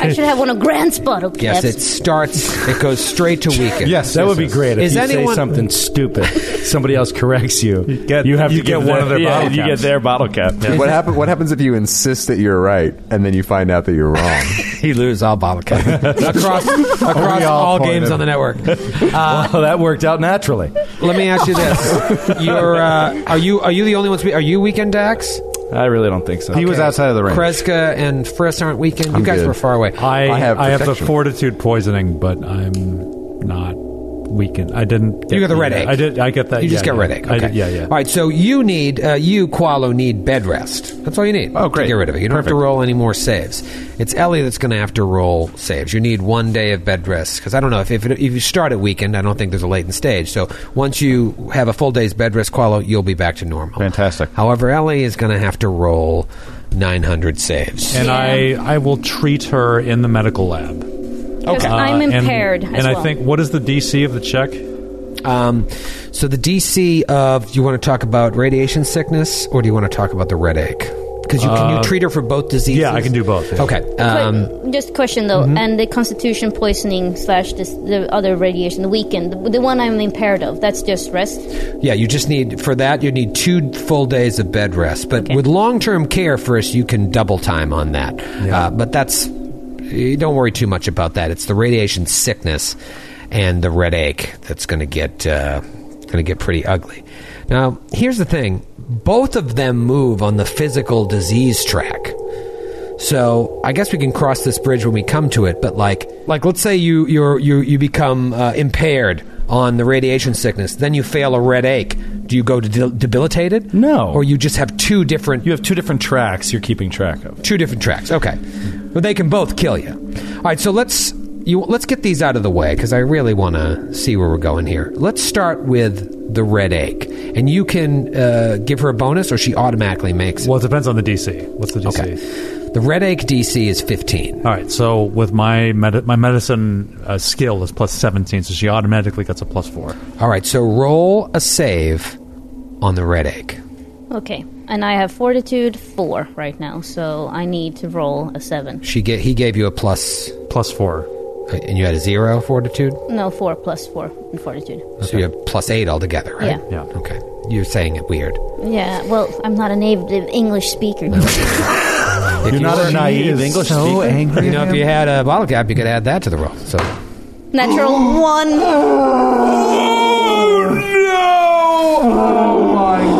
[SPEAKER 3] I should have one of Grant's bottle
[SPEAKER 5] Yes,
[SPEAKER 3] caps.
[SPEAKER 5] it starts. It goes straight to weaken.
[SPEAKER 4] that would be great. If
[SPEAKER 5] Is
[SPEAKER 4] you say
[SPEAKER 5] anyone
[SPEAKER 4] something stupid, somebody else corrects you. You, have
[SPEAKER 2] you
[SPEAKER 4] to give
[SPEAKER 2] get one
[SPEAKER 4] them-
[SPEAKER 2] of their
[SPEAKER 4] yeah,
[SPEAKER 2] bottle
[SPEAKER 4] You get
[SPEAKER 2] caps.
[SPEAKER 4] their bottle cap.
[SPEAKER 2] What happen, What happens if you insist that you're right and then you find out that you're wrong?
[SPEAKER 5] you lose all bottle cap across across all, games on the network?
[SPEAKER 4] well, that worked out naturally.
[SPEAKER 5] Let me ask you this: You're, uh, are you are you the only ones? Are you weekend Dax?
[SPEAKER 4] I really don't think so.
[SPEAKER 8] He was outside of the range.
[SPEAKER 5] Kreska and Frisk aren't weekend. You
[SPEAKER 8] I'm
[SPEAKER 5] guys
[SPEAKER 8] good.
[SPEAKER 5] were far away.
[SPEAKER 7] I, I have. the
[SPEAKER 5] protection.
[SPEAKER 7] fortitude poisoning, but I'm not weakened. I didn't. Get uh,
[SPEAKER 5] You got the red egg.
[SPEAKER 7] I did. I get that.
[SPEAKER 5] You just
[SPEAKER 7] yeah,
[SPEAKER 5] got
[SPEAKER 7] yeah.
[SPEAKER 5] red egg.
[SPEAKER 7] I
[SPEAKER 5] Okay.
[SPEAKER 7] did- yeah, yeah.
[SPEAKER 5] All right. So you need uh, you Qualo need bed rest. That's all you need. Oh, great. To get rid of it. You don't have to roll any more saves. It's Ellie that's going to have to roll saves. You need one day of bed rest because I don't know if if, it, if you start at weekend, I don't think there's a latent stage. So once you have a full day's bed rest, Qualo, you'll be back to normal. Fantastic. However, Ellie is going to have to roll 900 saves.
[SPEAKER 7] And I, I will treat her in the medical lab. Uh,
[SPEAKER 3] Because I'm
[SPEAKER 7] and-
[SPEAKER 3] impaired
[SPEAKER 7] And,
[SPEAKER 3] as
[SPEAKER 7] I
[SPEAKER 3] well.
[SPEAKER 7] think what is the DC of the check?
[SPEAKER 5] Um, so the DC of you want to talk about radiation sickness, or do you want to talk about the red ache? Because you can you
[SPEAKER 7] Uh,
[SPEAKER 5] treat her for both diseases.
[SPEAKER 7] yeah, I can do both, yeah.
[SPEAKER 5] Okay. Um,
[SPEAKER 3] Just a question though, and the Constitution poisoning slash this, the other radiation, the weakened, the, the one I'm impaired of. That's just rest.
[SPEAKER 5] yeah, you just need for that you need two full days of bed rest. But with long term care first, you can double time on that. Uh, but that's you don't worry too much about that. It's the radiation sickness and the red ache that's going to get uh, going to get pretty ugly. Now, here's the thing: both of them move on the physical disease track. So I guess we can cross this bridge when we come to it. But like, like let's say you you're, you you become uh, impaired on the radiation sickness, then you fail a red ache. Do you go to de- debilitated? No. Or you just have two different. You
[SPEAKER 4] have two different tracks. You're keeping track of
[SPEAKER 5] two different tracks. Okay, but they can both kill you. All right, so let's you let's get these out of the way because I really want to see where we're going here. Let's start with the red ache, and you can uh, give her a bonus, or she automatically makes. It.
[SPEAKER 7] Well, it depends on the DC. What's the DC?
[SPEAKER 5] The red ache DC is 15.
[SPEAKER 7] All right, so with my med- my medicine uh, skill is plus 17, so she automatically gets a plus 4.
[SPEAKER 5] All right, so roll a save on the red egg.
[SPEAKER 3] Okay, and I have Fortitude four right now, so I need to roll a seven.
[SPEAKER 5] She ga- he gave you a plus uh,
[SPEAKER 7] plus four,
[SPEAKER 5] and you had a zero fortitude,
[SPEAKER 3] No, four plus four in Fortitude.
[SPEAKER 5] so you have plus eight altogether, right?
[SPEAKER 3] Yeah.
[SPEAKER 7] Yeah.
[SPEAKER 5] Okay. You're saying it weird.
[SPEAKER 3] Yeah, well, I'm not a native English speaker.
[SPEAKER 5] If you
[SPEAKER 4] not a
[SPEAKER 5] were-
[SPEAKER 4] naive English speaker.
[SPEAKER 5] You know, if you had a bottle cap, you could add that to the roll. So
[SPEAKER 3] Natural one.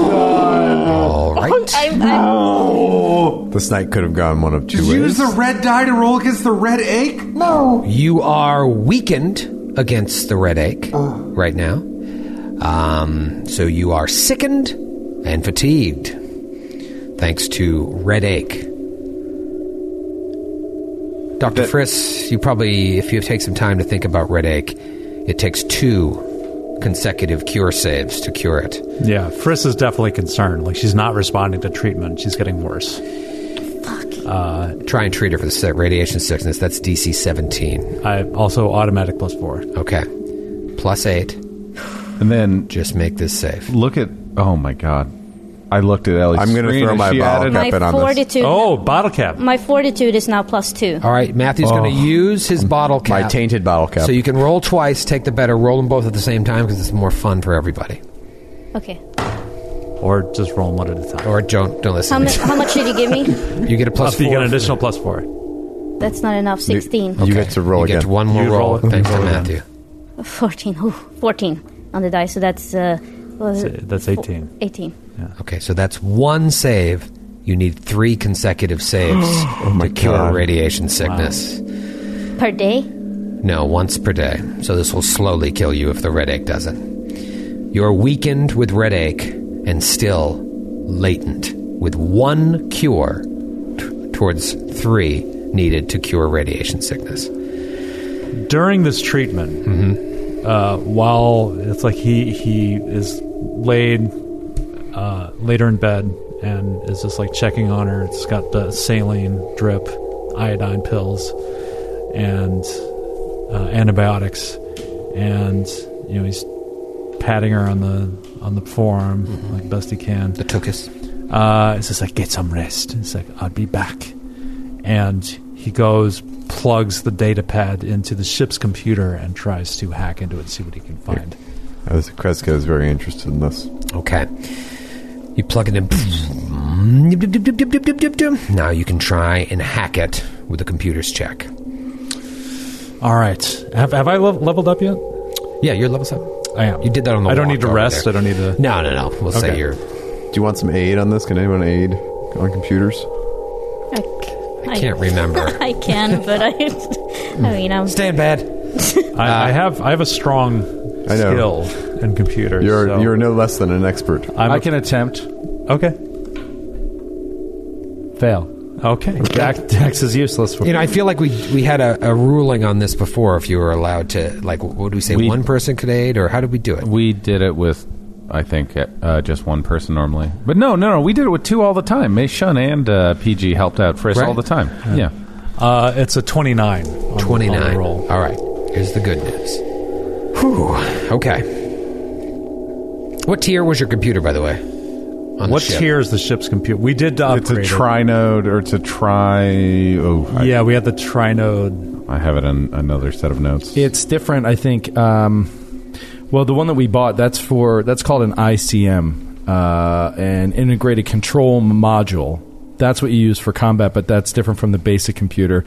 [SPEAKER 5] All right.
[SPEAKER 3] I'm, I'm,
[SPEAKER 2] This night could have gone one of two ways.
[SPEAKER 15] Use the red die to roll against the red ache? No.
[SPEAKER 5] you are weakened against the red ache right now. Um, so you are sickened and fatigued. thanks to Red Ache. Dr. Friss, you probably, if you take some time to think about Red Ache, it takes two consecutive cure saves to cure it.
[SPEAKER 7] Yeah, Friss is definitely concerned. Like she's not responding to treatment. She's getting worse.
[SPEAKER 5] Uh, Try and treat her for the se- radiation sickness. That's DC 17.
[SPEAKER 7] I also automatic plus four.
[SPEAKER 5] Okay. Plus eight.
[SPEAKER 8] And then
[SPEAKER 5] just make this safe.
[SPEAKER 8] Look at oh my god, I looked at Ellie's.
[SPEAKER 2] I'm gonna
[SPEAKER 8] screen
[SPEAKER 2] throw
[SPEAKER 8] and
[SPEAKER 2] my
[SPEAKER 8] she
[SPEAKER 2] bottle
[SPEAKER 8] added-
[SPEAKER 3] cap My in on this. 42 Oh,
[SPEAKER 7] bottle cap.
[SPEAKER 3] My fortitude is now plus two.
[SPEAKER 5] All right, Matthew's going to use his bottle cap.
[SPEAKER 2] Oh. My tainted bottle cap.
[SPEAKER 5] So you can roll twice, take the better, roll them both at the same time because it's more fun for everybody.
[SPEAKER 3] Okay.
[SPEAKER 7] Or just roll them one at a time.
[SPEAKER 5] Or don't don't
[SPEAKER 3] How,
[SPEAKER 5] listen.
[SPEAKER 3] mu- how much did you give me?
[SPEAKER 5] you get a plus
[SPEAKER 7] You get
[SPEAKER 5] four.
[SPEAKER 7] an additional plus four.
[SPEAKER 3] That's not enough. 16.
[SPEAKER 2] You get to roll
[SPEAKER 5] You
[SPEAKER 2] again.
[SPEAKER 5] get one more
[SPEAKER 2] You
[SPEAKER 5] roll,
[SPEAKER 2] roll it.
[SPEAKER 5] thanks
[SPEAKER 2] You
[SPEAKER 5] to
[SPEAKER 2] roll it
[SPEAKER 5] Matthew.
[SPEAKER 3] 14. Ooh, 14 on the die. So that's. Uh, what was it?
[SPEAKER 5] That's
[SPEAKER 3] Four-
[SPEAKER 5] 18.
[SPEAKER 3] 18.
[SPEAKER 5] Okay, so that's one save. You need three consecutive saves
[SPEAKER 2] Oh
[SPEAKER 5] to cure
[SPEAKER 3] God.
[SPEAKER 5] radiation sickness.
[SPEAKER 3] Per day?
[SPEAKER 5] No, once per day. So this will slowly kill you if the red ache doesn't. You're weakened with red ache and still latent with one cure t- towards three needed to cure radiation sickness.
[SPEAKER 7] during this treatment, uh, while it's like he he is laid uh, later in bed and is just like checking on her. It's got the saline drip, iodine pills, and uh, antibiotics, and you know he's patting her on the on the forearm like best he can. The
[SPEAKER 5] tuchus.
[SPEAKER 7] Uh, it's just like get some rest. It's like I'll be back, and he goes plugs the data pad into the ship's computer and tries to hack into it and see what he can find.
[SPEAKER 2] I was, Uh, Kreska is very interested in this.
[SPEAKER 5] Okay. You plug it in. Now you can try and hack it with a computer's check.
[SPEAKER 7] All right. Have, have I lev- leveled up yet?
[SPEAKER 5] Yeah, you're level seven.
[SPEAKER 7] I am.
[SPEAKER 5] You did that on the
[SPEAKER 7] I don't
[SPEAKER 5] walk
[SPEAKER 7] need to
[SPEAKER 5] over
[SPEAKER 7] rest.
[SPEAKER 5] there.
[SPEAKER 7] I don't need to.
[SPEAKER 5] No, no, no. We'll say you're.
[SPEAKER 2] Do you want some aid on this? Can anyone aid on computers?
[SPEAKER 3] I, c-
[SPEAKER 5] I can't remember.
[SPEAKER 3] I can, but I. I mean, I'm.
[SPEAKER 5] Stay in bed.
[SPEAKER 7] I, I have I have a strong
[SPEAKER 2] I know.
[SPEAKER 7] skill in computers.
[SPEAKER 2] You're
[SPEAKER 7] so
[SPEAKER 2] you're no less than an expert.
[SPEAKER 7] I'm a-
[SPEAKER 9] I can attempt.
[SPEAKER 7] Okay.
[SPEAKER 9] Fail.
[SPEAKER 7] Okay.
[SPEAKER 9] Dax, Dax is useless. For
[SPEAKER 5] You know, I feel like we we had a, a ruling on this before. If you were allowed to, like, what do we say?
[SPEAKER 14] We-
[SPEAKER 5] one person could aid, or how did we do it?
[SPEAKER 14] We did it with, I think, uh, just one person normally. But no, no, no. We did it with two all the time. Mei Shun and uh, PG helped out Frisk all
[SPEAKER 5] Right.
[SPEAKER 14] the time. Yeah.
[SPEAKER 7] Uh, it's a twenty-nine. on the-
[SPEAKER 5] Twenty
[SPEAKER 7] on
[SPEAKER 5] nine.
[SPEAKER 7] the roll.
[SPEAKER 5] All right. Here's the good news. Whew. Okay. What tier was your computer, by the way? On the
[SPEAKER 7] What
[SPEAKER 5] ship?
[SPEAKER 7] tier is the ship's computer? We did uh, upgrade.
[SPEAKER 8] It's a
[SPEAKER 7] it.
[SPEAKER 8] trinode or it's a tri. Oh, I-
[SPEAKER 7] Yeah, we had the trinode.
[SPEAKER 8] I have it in another set of notes.
[SPEAKER 9] It's different, I think. Um, well, the one that we bought that's for that's called an ICM, uh, an integrated control module. That's what you use for combat, but that's different from the basic computer.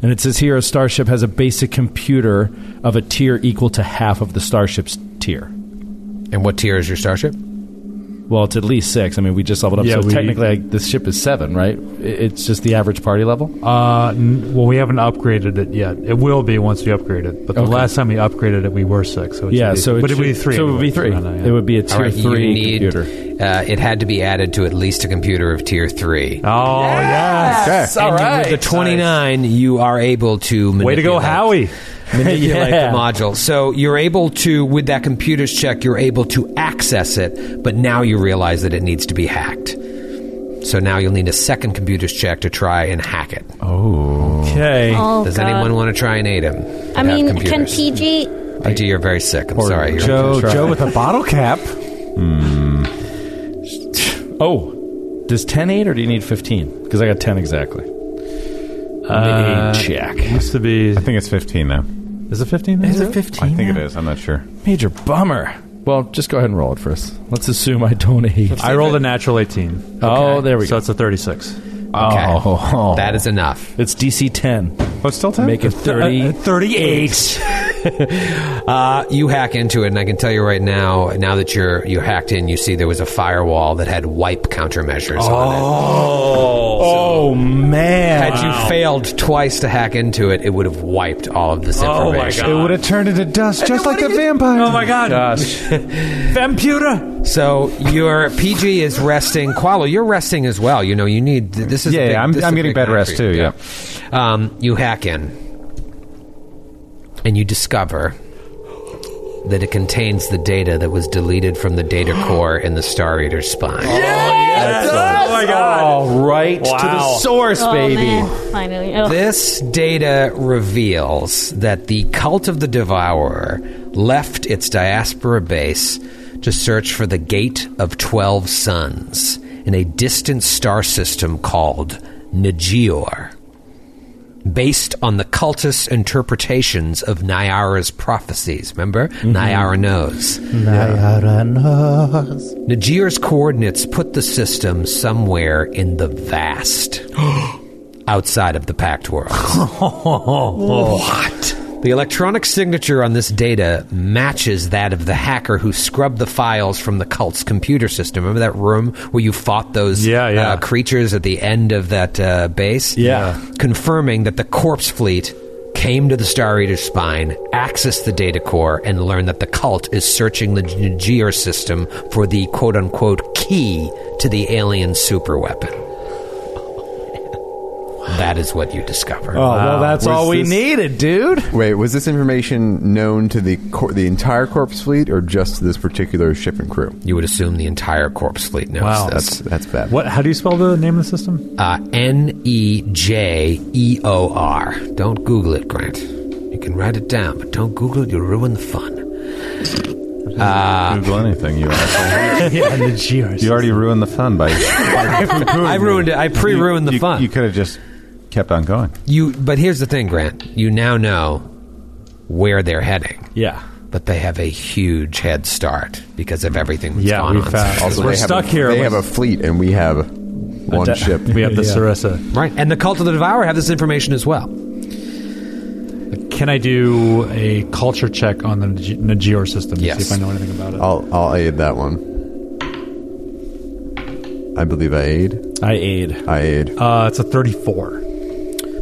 [SPEAKER 9] And it says here a starship has a basic computer of a tier equal to half of the starship's tier.
[SPEAKER 5] And what tier is your starship?
[SPEAKER 9] Well, it's at least six. I mean, we just leveled up,
[SPEAKER 7] Yeah,
[SPEAKER 9] so
[SPEAKER 7] we-
[SPEAKER 9] technically like, this ship is seven, right? I- It's just the average party level.
[SPEAKER 7] Uh, n- well, we haven't upgraded it yet. It will be once we upgrade it. But the
[SPEAKER 9] Okay.
[SPEAKER 7] last time we upgraded it, we were six. So it
[SPEAKER 9] Yeah,
[SPEAKER 7] should be-
[SPEAKER 9] so it
[SPEAKER 7] but would be
[SPEAKER 9] should-
[SPEAKER 7] three.
[SPEAKER 9] so it would be
[SPEAKER 7] anyways.
[SPEAKER 9] three.
[SPEAKER 7] No, no, yeah.
[SPEAKER 9] It would be a
[SPEAKER 5] All right, you need- Uh, it had to be added to at least a computer of tier three.
[SPEAKER 7] Oh yes.
[SPEAKER 5] And you- with the 29, you are able to manipulate,
[SPEAKER 7] Way to go, Howie.
[SPEAKER 5] manipulate
[SPEAKER 7] Yeah.
[SPEAKER 5] the module. So you're able to, with that computer's check, you're able to access it, but now you realize that it needs to be hacked. So now you'll need a second computer's check to try and hack it.
[SPEAKER 14] Oh.
[SPEAKER 7] Okay.
[SPEAKER 3] Oh,
[SPEAKER 5] Does
[SPEAKER 3] God.
[SPEAKER 5] anyone want to try and aid him?
[SPEAKER 3] I mean, can PG.
[SPEAKER 5] PG, you're very sick. I'm sorry. You're-
[SPEAKER 15] Joe, Joe with a bottle cap.
[SPEAKER 9] Hmm. Oh, does 10 aid or do you need 15? Because I got 10 exactly.
[SPEAKER 7] Uh,
[SPEAKER 9] On the aid check.
[SPEAKER 7] Used to be. I
[SPEAKER 8] think it's fifteen now.
[SPEAKER 7] Is it fifteen?
[SPEAKER 9] Is it 15?
[SPEAKER 8] I think it
[SPEAKER 9] now?
[SPEAKER 8] is. I'm not sure.
[SPEAKER 9] Major bummer. Well, just go ahead and roll it for us. Let's assume I don't aid.
[SPEAKER 7] I rolled a natural eighteen.
[SPEAKER 9] Oh, there we
[SPEAKER 7] So it's a thirty-six.
[SPEAKER 9] Oh.
[SPEAKER 5] That is enough.
[SPEAKER 9] It's DC 10. Uh,
[SPEAKER 8] Oh, it's still 10?
[SPEAKER 9] Make it 30.
[SPEAKER 7] 38.
[SPEAKER 5] uh, you hack into it, and I can tell you right now. Now that you're you hacked in, you see there was a firewall that had wipe countermeasures on it.
[SPEAKER 4] Oh, oh man!
[SPEAKER 5] Had you failed twice to hack into it, it would have wiped all of this
[SPEAKER 4] Oh, my
[SPEAKER 5] information.
[SPEAKER 4] God. It would
[SPEAKER 5] have
[SPEAKER 11] turned into dust, just like the vampire.
[SPEAKER 7] Oh my god! Vamputa.
[SPEAKER 5] So your PG is resting. Qualo, you're resting as well. You know you need this is
[SPEAKER 14] Yeah,
[SPEAKER 5] A big,
[SPEAKER 14] yeah, I'm-
[SPEAKER 5] this is
[SPEAKER 14] I'm
[SPEAKER 5] a
[SPEAKER 14] getting
[SPEAKER 5] big
[SPEAKER 14] bed
[SPEAKER 5] night
[SPEAKER 14] rest
[SPEAKER 5] for you.
[SPEAKER 14] too,
[SPEAKER 5] Yeah. Um, you hack in, and you discover that it contains the data that was deleted from the data core in the Star Eater's spine.
[SPEAKER 4] Oh my god!
[SPEAKER 5] All right
[SPEAKER 4] to the Wow. source,
[SPEAKER 3] Oh, man. Finally. Oh.
[SPEAKER 5] This data reveals that the cult of the devourer left its diaspora base to search for the Gate of Twelve Suns in a distant star system called Nagior. Based on the cultists' interpretations of Nyara's prophecies, remember? Nyara knows.
[SPEAKER 15] Nyaranos.
[SPEAKER 5] Najir's coordinates put the system somewhere in the vast, outside of the Pact world. what? The electronic signature on this data matches that of the hacker who scrubbed the files from the cult's computer system. Remember that room where you fought those Uh, creatures at the end of that uh, base?
[SPEAKER 4] Yeah.
[SPEAKER 5] Confirming that the corpse fleet came to the Star Eater's spine, accessed the data core, and learned that the cult is searching the Najir system for the quote unquote key to the alien superweapon. That is what you discover.
[SPEAKER 2] needed, dude. Wait, was this information known to the cor- the entire corpse fleet, or just to this particular ship and crew?
[SPEAKER 5] You would assume the entire corpse fleet knows
[SPEAKER 7] Wow.
[SPEAKER 5] this.
[SPEAKER 2] that's that's bad.
[SPEAKER 7] What? How do you spell the name of the system?
[SPEAKER 5] Uh, N E J E O R. Don't Google it, Grant. You can write it down, but don't Google it. You'll ruin the fun.
[SPEAKER 8] Ah.
[SPEAKER 5] Uh,
[SPEAKER 14] Google anything, you asshole.
[SPEAKER 7] yeah, the
[SPEAKER 14] You already ruined the fun by.
[SPEAKER 5] I ruined it. I pre-ruined the fun.
[SPEAKER 14] You could have just kept on going.
[SPEAKER 5] You, but here's the thing, Grant. You now know where they're heading.
[SPEAKER 4] Yeah.
[SPEAKER 5] But they have a huge head start because of everything that's
[SPEAKER 7] Yeah,
[SPEAKER 5] gone
[SPEAKER 7] we
[SPEAKER 5] on.
[SPEAKER 7] found-
[SPEAKER 5] since-
[SPEAKER 7] Also, We're they have stuck a- here.
[SPEAKER 2] They have a fleet, and we have one
[SPEAKER 5] de-
[SPEAKER 2] ship.
[SPEAKER 7] We have the Yeah. Sarissa.
[SPEAKER 5] Right, and the Cult of the Devourer have this information as well.
[SPEAKER 7] Can I do a culture check on the Naj- Nagior system? to See if I know anything about it.
[SPEAKER 2] I'll I'll aid that one. I believe I aid.
[SPEAKER 4] I aid.
[SPEAKER 2] I aid.
[SPEAKER 7] Uh, it's a thirty-four.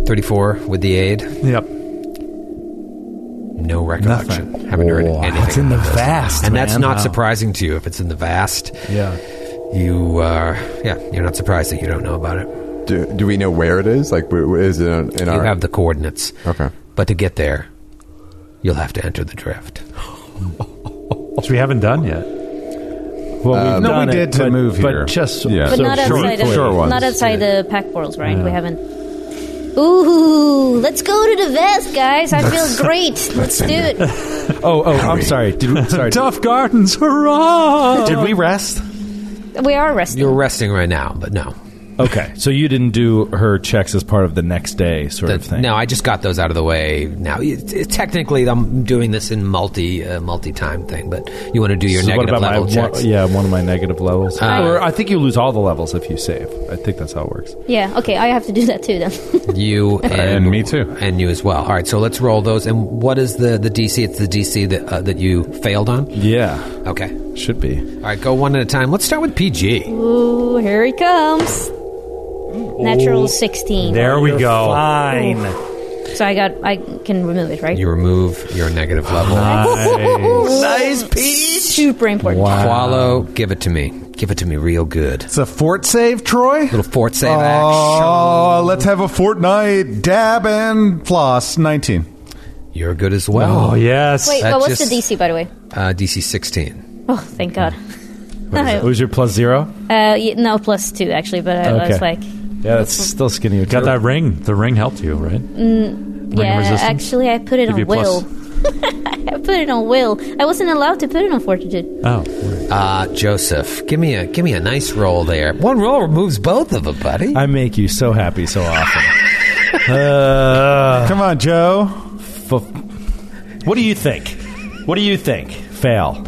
[SPEAKER 5] Thirty-four with the aid.
[SPEAKER 7] Yep.
[SPEAKER 5] No recollection. Haven't heard
[SPEAKER 7] Wow.
[SPEAKER 5] anything.
[SPEAKER 7] It's in
[SPEAKER 5] about
[SPEAKER 7] the
[SPEAKER 5] this.
[SPEAKER 7] vast,
[SPEAKER 5] and that's
[SPEAKER 7] man.
[SPEAKER 5] not
[SPEAKER 7] Wow.
[SPEAKER 5] surprising to you if it's in the vast.
[SPEAKER 7] Yeah.
[SPEAKER 5] You are. yeah, you're not surprised that you don't know about it.
[SPEAKER 2] Do, do we know where it is? Like, where, where is it in in
[SPEAKER 5] You
[SPEAKER 2] our?
[SPEAKER 5] have the coordinates.
[SPEAKER 2] Okay.
[SPEAKER 5] But to get there, you'll have to enter the drift.
[SPEAKER 7] Which we haven't done yet.
[SPEAKER 4] Well,
[SPEAKER 14] Uh,
[SPEAKER 4] we've
[SPEAKER 14] no,
[SPEAKER 4] done
[SPEAKER 14] we
[SPEAKER 4] it,
[SPEAKER 14] did to
[SPEAKER 4] but-
[SPEAKER 14] move
[SPEAKER 4] but
[SPEAKER 14] here.
[SPEAKER 4] just
[SPEAKER 14] Yeah.
[SPEAKER 4] so
[SPEAKER 3] But not
[SPEAKER 4] short-
[SPEAKER 3] outside, of,
[SPEAKER 4] short ones.
[SPEAKER 3] not outside the pack worlds, right? We
[SPEAKER 4] Yeah.
[SPEAKER 3] haven't. Ooh, let's go to the vest, guys. I feel great. Let's do it.
[SPEAKER 9] Oh, oh, I'm sorry. Did we, sorry.
[SPEAKER 7] Tough Gardens, hurrah!
[SPEAKER 9] Did we rest?
[SPEAKER 3] We are resting.
[SPEAKER 5] You're resting right now, but no.
[SPEAKER 9] Okay, so you didn't do her checks as part of the next day sort of thing.
[SPEAKER 5] No, I just got those out of the way. Now, It- it- technically, I'm doing this in multi uh, multi time thing, but you want to do your
[SPEAKER 9] So what
[SPEAKER 5] negative
[SPEAKER 9] about my
[SPEAKER 5] level
[SPEAKER 9] one-
[SPEAKER 5] checks?
[SPEAKER 9] yeah, one of my negative levels.
[SPEAKER 5] Uh,
[SPEAKER 9] or I think you lose all the levels if you save. I think that's how it works.
[SPEAKER 3] Yeah. Okay. I have to do that too then.
[SPEAKER 5] You and, me too, and you as well. All right, so let's roll those. And what is the the DC? It's the DC that uh, that you failed on.
[SPEAKER 9] Yeah.
[SPEAKER 5] Okay.
[SPEAKER 9] Should be.
[SPEAKER 5] All right, go one at a time. Let's start with PG.
[SPEAKER 3] Ooh, here he comes. Natural sixteen. So I got. I can remove it, right?
[SPEAKER 5] You remove your negative level.
[SPEAKER 9] Uh-huh.
[SPEAKER 3] nice
[SPEAKER 15] peach.
[SPEAKER 3] Super important.
[SPEAKER 5] Qualo, give it to me. Give it to me real good.
[SPEAKER 15] It's a fort save, Troy.
[SPEAKER 5] Little fort save
[SPEAKER 8] Oh, let's have a fortnight dab and floss. Nineteen.
[SPEAKER 5] You're good as well.
[SPEAKER 8] Oh, yes.
[SPEAKER 3] Wait,
[SPEAKER 5] That
[SPEAKER 3] but what's
[SPEAKER 5] just-
[SPEAKER 3] the DC by the way?
[SPEAKER 5] Uh, DC 16.
[SPEAKER 3] Oh, thank God.
[SPEAKER 9] What was your plus zero?
[SPEAKER 3] Uh, yeah, no, plus two actually, but I, I was like,
[SPEAKER 9] yeah, that's still skinny. You
[SPEAKER 7] got that ring. The ring helped you, right?
[SPEAKER 3] mm,
[SPEAKER 7] Ring
[SPEAKER 3] yeah,
[SPEAKER 7] resistance?
[SPEAKER 3] actually, I put it
[SPEAKER 7] Give you
[SPEAKER 3] on
[SPEAKER 7] a plus.
[SPEAKER 3] will. I put it on will. I wasn't allowed to put it on fortitude.
[SPEAKER 5] Oh, uh, Joseph, give me a give me a nice roll there. One roll removes both of them, buddy.
[SPEAKER 9] I make you so happy so often. Uh,
[SPEAKER 8] Come on, Joe.
[SPEAKER 9] what do you think? What do you think? Fail.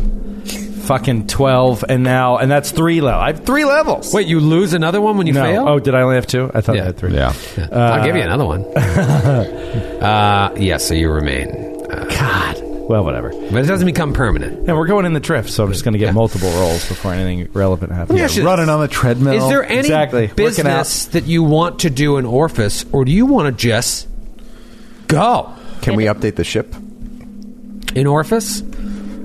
[SPEAKER 9] Fucking twelve, and now, and that's three level. I have three levels.
[SPEAKER 5] Wait, you lose another one when you
[SPEAKER 9] no.
[SPEAKER 5] fail?
[SPEAKER 9] Oh, did I only have two? I thought
[SPEAKER 5] Yeah.
[SPEAKER 9] I had three.
[SPEAKER 14] Yeah.
[SPEAKER 5] Ah, I'll give you another one. uh, yeah, so you remain. Uh, God.
[SPEAKER 9] Well, whatever.
[SPEAKER 5] But it doesn't become permanent.
[SPEAKER 9] And we're going in the drift, so I'm just going to get multiple rolls before anything relevant happens.
[SPEAKER 5] Yeah, should-
[SPEAKER 9] running on the treadmill.
[SPEAKER 5] Is there any business that you want to do in Orphis, or do you want to just go?
[SPEAKER 2] Can we update the ship
[SPEAKER 5] in Orphis?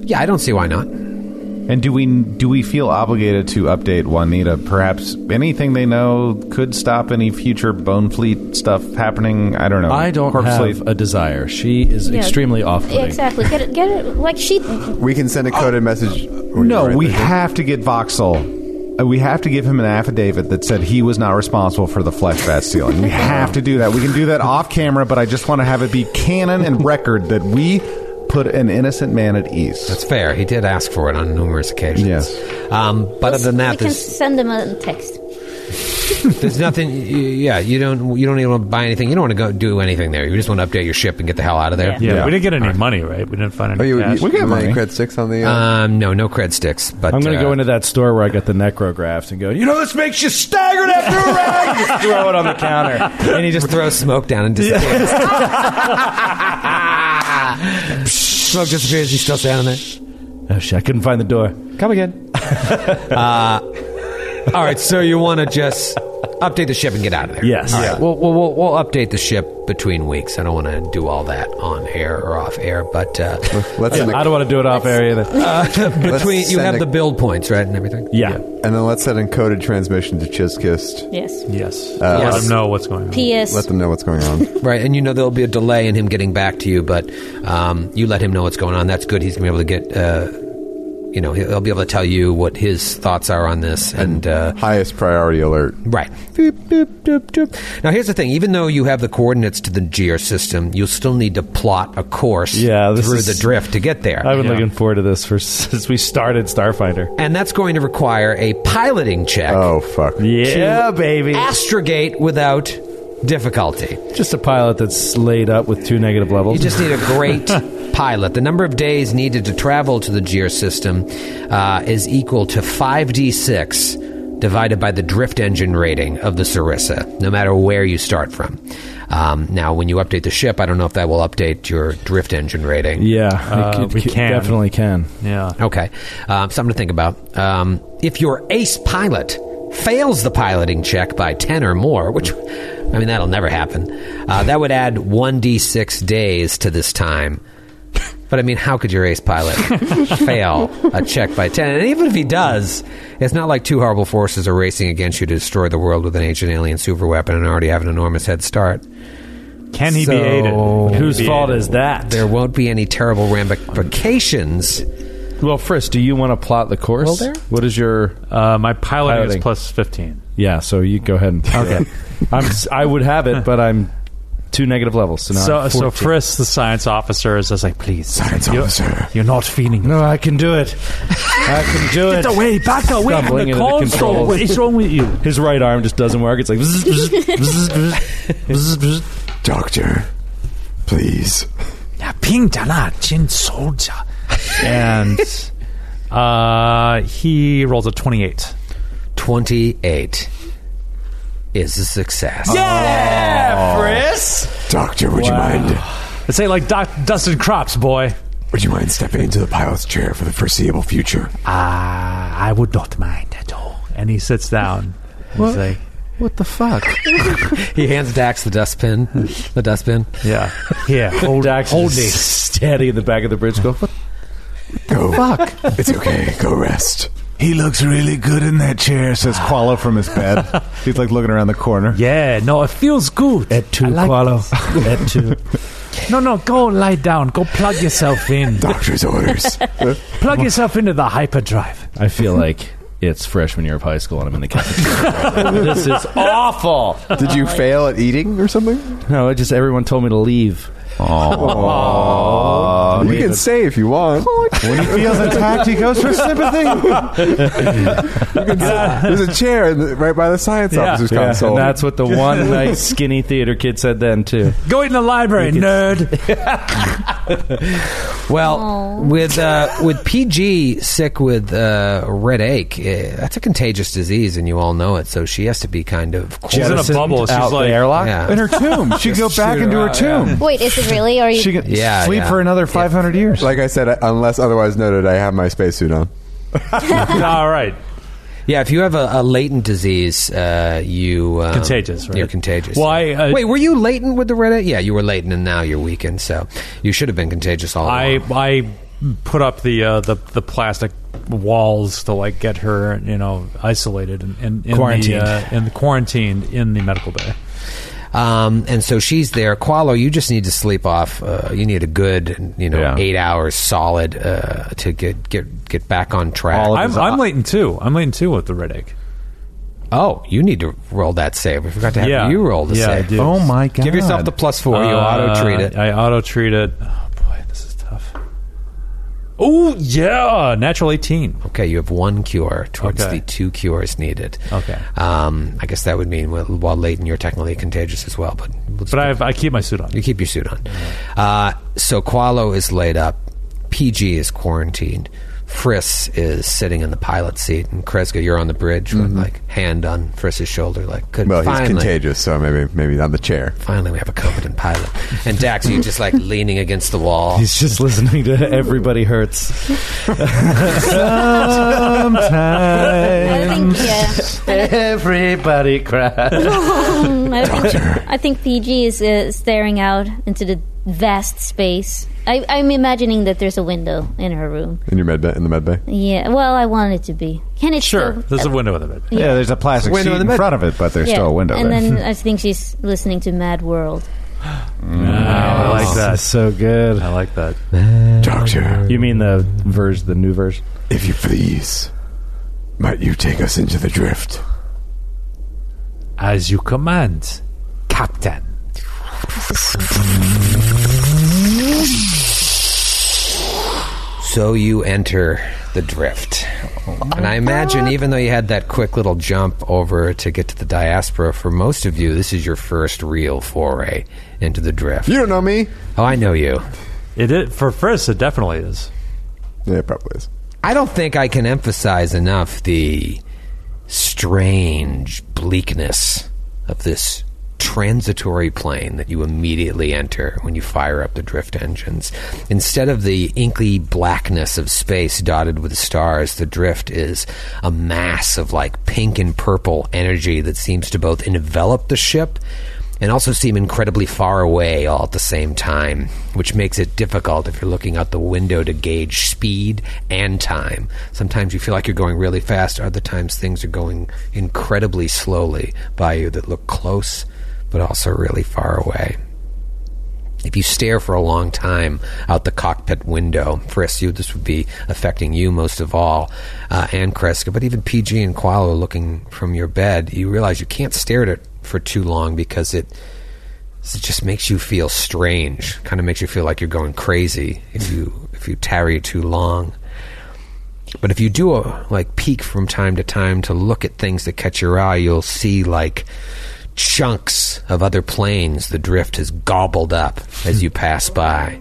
[SPEAKER 5] Yeah, I don't see why not.
[SPEAKER 14] And do we do we feel obligated to update Juanita? Perhaps anything they know could stop any future Bone Fleet stuff happening. I don't know.
[SPEAKER 9] I don't
[SPEAKER 14] Corpse
[SPEAKER 9] have
[SPEAKER 14] Fleet.
[SPEAKER 9] a desire. She is
[SPEAKER 3] Yeah.
[SPEAKER 9] extremely
[SPEAKER 3] Yeah,
[SPEAKER 9] off-putting.
[SPEAKER 3] exactly. Get it. Get it. Like she.
[SPEAKER 2] We can send a coded message.
[SPEAKER 14] No, we have to get Voxel. Uh, We have to give him an affidavit that said he was not responsible for the flesh vat stealing. We have to do that. We can do that off camera, but I just want to have it be canon and record that we put an innocent man at ease. That's
[SPEAKER 5] fair. He did ask for it on numerous occasions. Yes. Um, but other than
[SPEAKER 3] We
[SPEAKER 5] that,
[SPEAKER 3] can
[SPEAKER 5] there's,
[SPEAKER 3] send them a text.
[SPEAKER 5] there's nothing. y- Yeah, you don't. You don't even want to buy anything. You don't want to go do anything there. You just want to update your ship and get the hell out of there.
[SPEAKER 7] Yeah, we didn't get any money, right? We didn't find
[SPEAKER 9] Oh,
[SPEAKER 7] any. cash.
[SPEAKER 2] sticks on Oh, the. uh,
[SPEAKER 5] Um, no, no cred sticks. But
[SPEAKER 9] I'm going to
[SPEAKER 5] uh,
[SPEAKER 9] go into that store where I got the necrographs and go, you know, this makes you staggered after a round. Just throw it on the counter.
[SPEAKER 5] and he just throws smoke down and disappears. smoke disappears. He's still standing there.
[SPEAKER 9] Oh shit! I couldn't find the door. Come again.
[SPEAKER 5] uh, all right, so you want to just update the ship and get out of there?
[SPEAKER 9] Yes.
[SPEAKER 5] All right,
[SPEAKER 9] Yeah.
[SPEAKER 5] We'll, we'll, we'll, we'll update the ship between weeks. I don't want to do all that on air or off air, but uh,
[SPEAKER 2] Let's
[SPEAKER 9] I don't want to do it off air either.
[SPEAKER 5] Uh, between
[SPEAKER 2] Let's
[SPEAKER 5] you
[SPEAKER 2] send
[SPEAKER 5] have
[SPEAKER 2] a-
[SPEAKER 5] the build points, right, and everything.
[SPEAKER 9] Yeah.
[SPEAKER 2] And then let's send encoded transmission to Chizkist.
[SPEAKER 3] Yes.
[SPEAKER 7] Yes.
[SPEAKER 2] Uh,
[SPEAKER 5] Let them know
[SPEAKER 7] what's going
[SPEAKER 3] on. P.S.
[SPEAKER 2] Let them know what's going on.
[SPEAKER 5] Right, and you know there'll be a delay in him getting back to you, but um, you let him know what's going on. That's good. He's gonna be able to get, uh, you know, he'll he'll be able to tell you what his thoughts are on this. And, uh,
[SPEAKER 2] highest priority alert.
[SPEAKER 5] Right. Now, here's the thing: even though you have the coordinates to the GR system, you'll still need to plot a course
[SPEAKER 9] Yeah, this
[SPEAKER 5] through
[SPEAKER 9] is-
[SPEAKER 5] the drift to get there.
[SPEAKER 9] I've been looking forward to this for since we started Starfinder.
[SPEAKER 5] and that's going to require a piloting check.
[SPEAKER 2] Oh fuck!
[SPEAKER 9] Yeah,
[SPEAKER 5] baby. Astrogate without difficulty.
[SPEAKER 9] Just a pilot that's laid up with two negative levels.
[SPEAKER 5] You just need a great pilot. The number of days needed to travel to the GR system uh, is equal to 5d6 divided by the drift engine rating of the Sarissa, no matter where you start from. Um, now, when you update the ship, I don't know if that will update your drift engine rating.
[SPEAKER 9] Yeah, it- it c- definitely can.
[SPEAKER 7] Yeah.
[SPEAKER 5] Okay. Um, something to think about. Um, if your ace pilot fails the piloting check by 10 or more, which, I mean, that'll never happen, uh, that would add 1d6 days to this time. But I mean, how could your ace pilot fail a check by 10? And even if he does, it's not like two horrible forces are racing against you to destroy the world with an ancient alien superweapon and already have an enormous head start.
[SPEAKER 7] Can he be aided? Can he
[SPEAKER 9] Whose
[SPEAKER 7] be
[SPEAKER 9] fault
[SPEAKER 7] aided?
[SPEAKER 9] is that?
[SPEAKER 5] There won't be any terrible ramifications.
[SPEAKER 9] Well, Frisk, do you want to plot the course?
[SPEAKER 5] Will there?
[SPEAKER 9] What is your
[SPEAKER 7] uh, my piloting,
[SPEAKER 9] Piloting.
[SPEAKER 7] is plus fifteen?
[SPEAKER 9] Yeah, so you go ahead and
[SPEAKER 7] Okay.
[SPEAKER 9] I'm s- I would have it, but I'm two negative levels. So now
[SPEAKER 7] So,
[SPEAKER 9] I'm
[SPEAKER 7] so
[SPEAKER 9] 14.
[SPEAKER 7] Frisk, the science officer, is just like, please, science
[SPEAKER 9] officer.
[SPEAKER 7] you're not feeling.
[SPEAKER 9] No, I can do it. I can do it.
[SPEAKER 7] Get away, back away from
[SPEAKER 9] Stumbling
[SPEAKER 7] the
[SPEAKER 9] into
[SPEAKER 7] console.
[SPEAKER 9] controls.
[SPEAKER 7] What is wrong with you?
[SPEAKER 9] His right arm just doesn't work. It's like.
[SPEAKER 10] Doctor, please.
[SPEAKER 7] and uh, he rolls a twenty-eight.
[SPEAKER 5] Twenty-eight is a success.
[SPEAKER 7] Yeah, Frisk.
[SPEAKER 10] Doctor, would you mind?
[SPEAKER 7] It's Oh. say like Doc Dustin Crops, boy.
[SPEAKER 10] Would you mind stepping into the pilot's chair for the foreseeable future?
[SPEAKER 7] Ah, I would not mind at all. And he sits down. He's
[SPEAKER 5] What?
[SPEAKER 7] like,
[SPEAKER 5] What the fuck? he hands Dax the dustbin. The dustbin.
[SPEAKER 7] Yeah. Yeah. Hold,
[SPEAKER 9] Dax
[SPEAKER 5] hold
[SPEAKER 9] is
[SPEAKER 5] me.
[SPEAKER 9] Steady in the back of the bridge. Go. What
[SPEAKER 10] Go.
[SPEAKER 9] Fuck.
[SPEAKER 10] It's okay. Go rest.
[SPEAKER 8] He looks really good in that chair, says Qualo from his bed. He's like looking around the corner.
[SPEAKER 7] Yeah, no, it feels good. At two, Qualo. At two. No, no, go lie down. Go plug yourself in.
[SPEAKER 10] Doctor's orders.
[SPEAKER 7] plug yourself into the hyperdrive.
[SPEAKER 9] I feel like it's freshman year of high school, and I'm in the cafeteria. this is awful.
[SPEAKER 2] Did you fail at eating or something?
[SPEAKER 9] No, it just everyone told me to leave.
[SPEAKER 2] Oh, you can stay if you want.
[SPEAKER 8] When he feels attacked, he goes for sympathy.
[SPEAKER 2] There's a chair in the, right by the science officer's
[SPEAKER 9] Yeah,
[SPEAKER 2] console.
[SPEAKER 9] and that's what the one nice skinny theater kid said then too.
[SPEAKER 7] Go in the library, nerd.
[SPEAKER 5] Well, with uh, with PG sick with uh, red ache, eh, that's a contagious disease, and you all know it. So she has to be kind of.
[SPEAKER 7] She's in a
[SPEAKER 5] jettisoned
[SPEAKER 7] bubble. She's
[SPEAKER 5] out
[SPEAKER 7] like-
[SPEAKER 5] the
[SPEAKER 7] In her
[SPEAKER 8] tomb. She'd go
[SPEAKER 5] Just
[SPEAKER 8] back
[SPEAKER 5] shoot
[SPEAKER 8] into her
[SPEAKER 5] out, yeah.
[SPEAKER 8] tomb.
[SPEAKER 3] Wait, is it really? Are you?
[SPEAKER 8] She can
[SPEAKER 5] Yeah,
[SPEAKER 8] sleep
[SPEAKER 5] yeah.
[SPEAKER 8] for another
[SPEAKER 5] It's
[SPEAKER 8] five
[SPEAKER 2] 500 years. Like I said, I- unless otherwise noted, I have my spacesuit on.
[SPEAKER 7] All right.
[SPEAKER 5] Yeah, if you have a, a latent disease, uh, you um,
[SPEAKER 7] Contagious, right?
[SPEAKER 5] You're contagious.
[SPEAKER 7] Why? Uh,
[SPEAKER 5] Wait, were you latent with the red? Yeah, you were latent, and now you're weakened. So you should have been contagious all along.
[SPEAKER 7] I I put up the uh, the the plastic walls to like get her you know isolated and, and in
[SPEAKER 5] Quarantined.
[SPEAKER 7] the, uh, in the quarantined in the medical bay.
[SPEAKER 5] Um, and so she's there. Qualo, you just need to sleep off. Uh, you need a good, you know, eight hours solid uh, to get get get back on track.
[SPEAKER 7] I'm, I'm latent too. I'm latent too with the red egg.
[SPEAKER 5] Oh, you need to roll that save. We forgot to have
[SPEAKER 7] Yeah.
[SPEAKER 5] you roll the
[SPEAKER 7] Yeah, I
[SPEAKER 5] save.
[SPEAKER 7] did. Oh, my
[SPEAKER 5] Give yourself
[SPEAKER 7] God.
[SPEAKER 5] the plus four. you
[SPEAKER 7] Uh,
[SPEAKER 5] auto treat it.
[SPEAKER 7] I auto treat it. Oh boy, this is tough. Oh yeah, natural eighteen.
[SPEAKER 5] Okay, you have one cure towards the two cures needed.
[SPEAKER 7] Okay.
[SPEAKER 5] Um, I guess that would mean while, while Leighton, you're technically contagious as well, but
[SPEAKER 7] But I have, I keep my suit on.
[SPEAKER 5] you keep your suit on. Uh, so Qualo is laid up. PG is quarantined. Friss is sitting in the pilot seat, and Kreska, you're on the bridge with like hand on Friss's shoulder, like could
[SPEAKER 2] Mm-hmm. Well,
[SPEAKER 5] finally,
[SPEAKER 2] he's contagious, so maybe maybe on the chair.
[SPEAKER 5] Finally, we have a competent pilot. And Dax, you're just like leaning against the wall.
[SPEAKER 9] He's just listening to everybody hurts.
[SPEAKER 3] I
[SPEAKER 9] Sometimes
[SPEAKER 3] think yeah.
[SPEAKER 9] everybody cries.
[SPEAKER 3] I think, I think PG is uh, staring out into the vast space. I, I'm imagining that there's a window in her room.
[SPEAKER 2] In your med bay, in the med bay.
[SPEAKER 3] Yeah, well, I want it to be. Can it still-
[SPEAKER 7] there's a window in the bed.
[SPEAKER 3] Yeah.
[SPEAKER 14] Yeah, there's a plastic
[SPEAKER 2] Window
[SPEAKER 14] sheet
[SPEAKER 2] in the
[SPEAKER 14] in,
[SPEAKER 2] bed.
[SPEAKER 14] front of it, but there's
[SPEAKER 3] Yeah.
[SPEAKER 14] still a window
[SPEAKER 3] And
[SPEAKER 14] there.
[SPEAKER 3] then I think she's listening to Mad World.
[SPEAKER 9] I like that. So good. I
[SPEAKER 7] like that.
[SPEAKER 9] Doctor. You mean the verse, the new verse?
[SPEAKER 10] If you please, might you take us into the drift?
[SPEAKER 7] As you command, Captain.
[SPEAKER 5] So you enter the drift. And I imagine, even though you had that quick little jump over to get to the diaspora, for most of you, this is your first real foray into the drift. You
[SPEAKER 2] don't know me.
[SPEAKER 5] Oh, I know you.
[SPEAKER 7] It is, for Friss, it definitely is.
[SPEAKER 2] Yeah, it probably is.
[SPEAKER 5] I don't think I can emphasize enough the strange bleakness of this transitory plane that you immediately enter when you fire up the drift engines. Instead of the inky blackness of space dotted with stars, the drift is a mass of like pink and purple energy that seems to both envelop the ship and also seem incredibly far away all at the same time, which makes it difficult if you're looking out the window to gauge speed and time. Sometimes you feel like you're going really fast, other times things are going incredibly slowly by you that look close but also really far away. If you stare for a long time out the cockpit window, Friss, you this would be affecting you most of all, uh, and Kreska, but even PG and Qualo looking from your bed, you realize you can't stare at it for too long because it, it just makes you feel strange. Kind of makes you feel like you're going crazy if you if you tarry too long. But if you do a like peek from time to time to look at things that catch your eye, you'll see like chunks of other planes the drift has gobbled up as you pass by.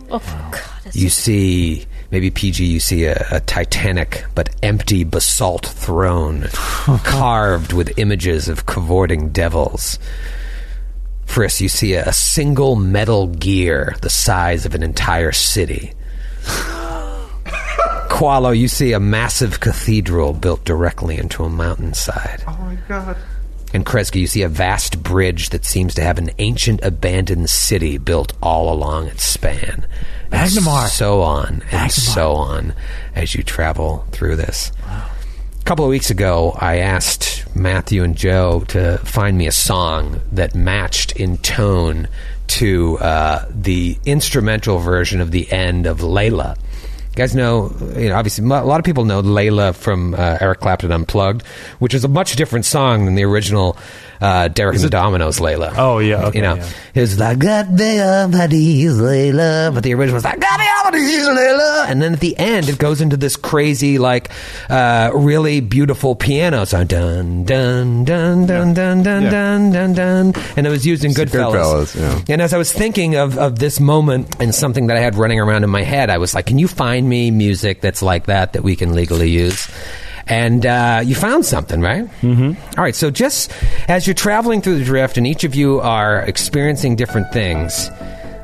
[SPEAKER 5] You see, maybe PG, you see a, a titanic but empty basalt throne carved with images of cavorting devils. Friss, you see a, a single metal gear the size of an entire city. Qualo, you see a massive cathedral built directly into a mountainside.
[SPEAKER 13] Oh my god.
[SPEAKER 5] And Kreska, you see a vast bridge that seems to have an ancient abandoned city built all along its span. And
[SPEAKER 7] Magnemar.
[SPEAKER 5] So on and so on as you travel through this. A couple of weeks ago, I asked Matthew and Joe to find me a song that matched in tone to uh, the instrumental version of the end of Layla. You guys know, you know, obviously, mo- a lot of people know Layla from uh, Eric Clapton Unplugged, which is a much different song than the original uh, Derek and the Dominoes Layla. Oh, yeah. you know, it was like, God damn, how do you say love? But the original was like, God damn, how do you say love? And then at the end, it goes into this crazy, like, uh, really beautiful piano song. Dun, dun, dun, dun, dun, dun,
[SPEAKER 2] Yeah.
[SPEAKER 5] dun, dun, dun. And it was used in Goodfellas.
[SPEAKER 2] Goodfellas, yeah.
[SPEAKER 5] And as I was thinking of, of this moment and something that I had running around in my head, I was like, can you find me music that's like that that we can legally use? And uh, you found something, right? Mm-hmm. All right, so just as you're traveling through the drift and each of you are experiencing different things,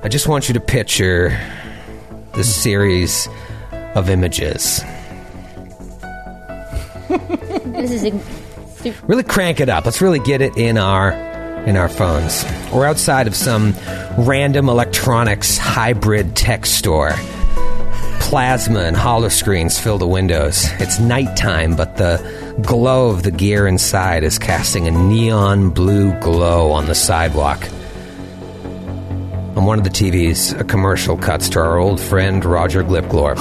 [SPEAKER 5] I just want you to picture this series of images.
[SPEAKER 3] this is a,
[SPEAKER 5] Really crank it up. Let's really get it in our in our phones. Or outside of some random electronics hybrid tech store. Plasma and hollow screens fill the windows. It's nighttime, but the glow of the gear inside is casting a neon blue glow on the sidewalk. On one of the TVs, a commercial cuts to our old friend Roger Glipglorp.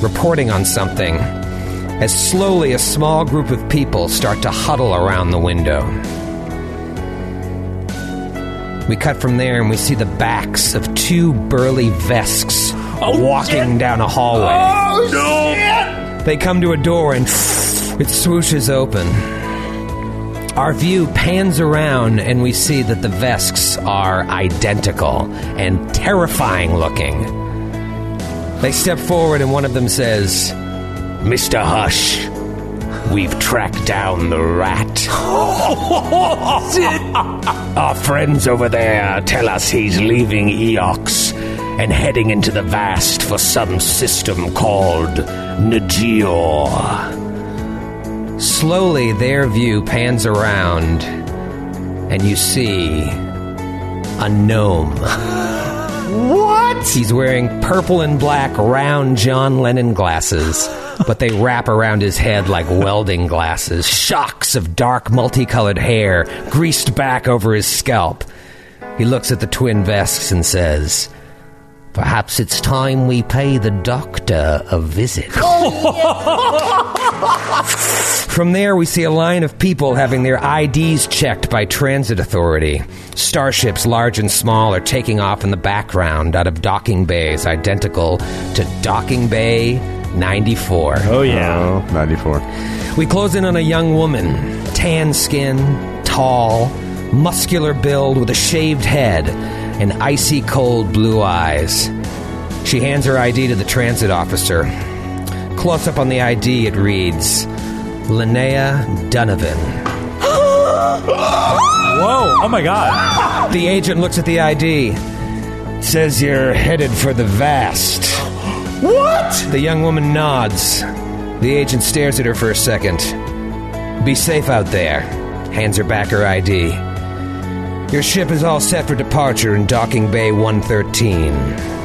[SPEAKER 5] reporting on something as slowly a small group of people start to huddle around the window. We cut from there and we see the backs of two burly Vesks walking down a hallway. They come to a door and it swooshes open. Our view pans around and we see that the Vesks are identical and terrifying looking. They step forward and one of them says, Mr. Hush, we've tracked down the rat. Our friends over there tell us he's leaving Eox and heading into the vast for some system called Nagior. Slowly, their view pans around, and you see a gnome. What? He's wearing purple and black round John Lennon glasses, but they wrap around his head like welding glasses. Shocks of dark multicolored hair greased back over his scalp. He looks at the twin vests and says, Perhaps it's time we pay the doctor a visit. From there, we see a line of people having their IDs checked by transit authority. Starships, large and small, are taking off in the background out of docking bays identical to Docking Bay 94. Oh, yeah. 94. We close in on a young woman, tan skin, tall, muscular build with a shaved head and icy cold blue eyes. She hands her ID to the transit officer. Close up on the ID, it reads Linnea Donovan. Whoa, oh my god. The agent looks at the ID, says you're headed for the vast. What? The young woman nods. The agent stares at her for a second. Be safe out there. Hands her back her ID. Your ship is all set for departure in docking bay 113.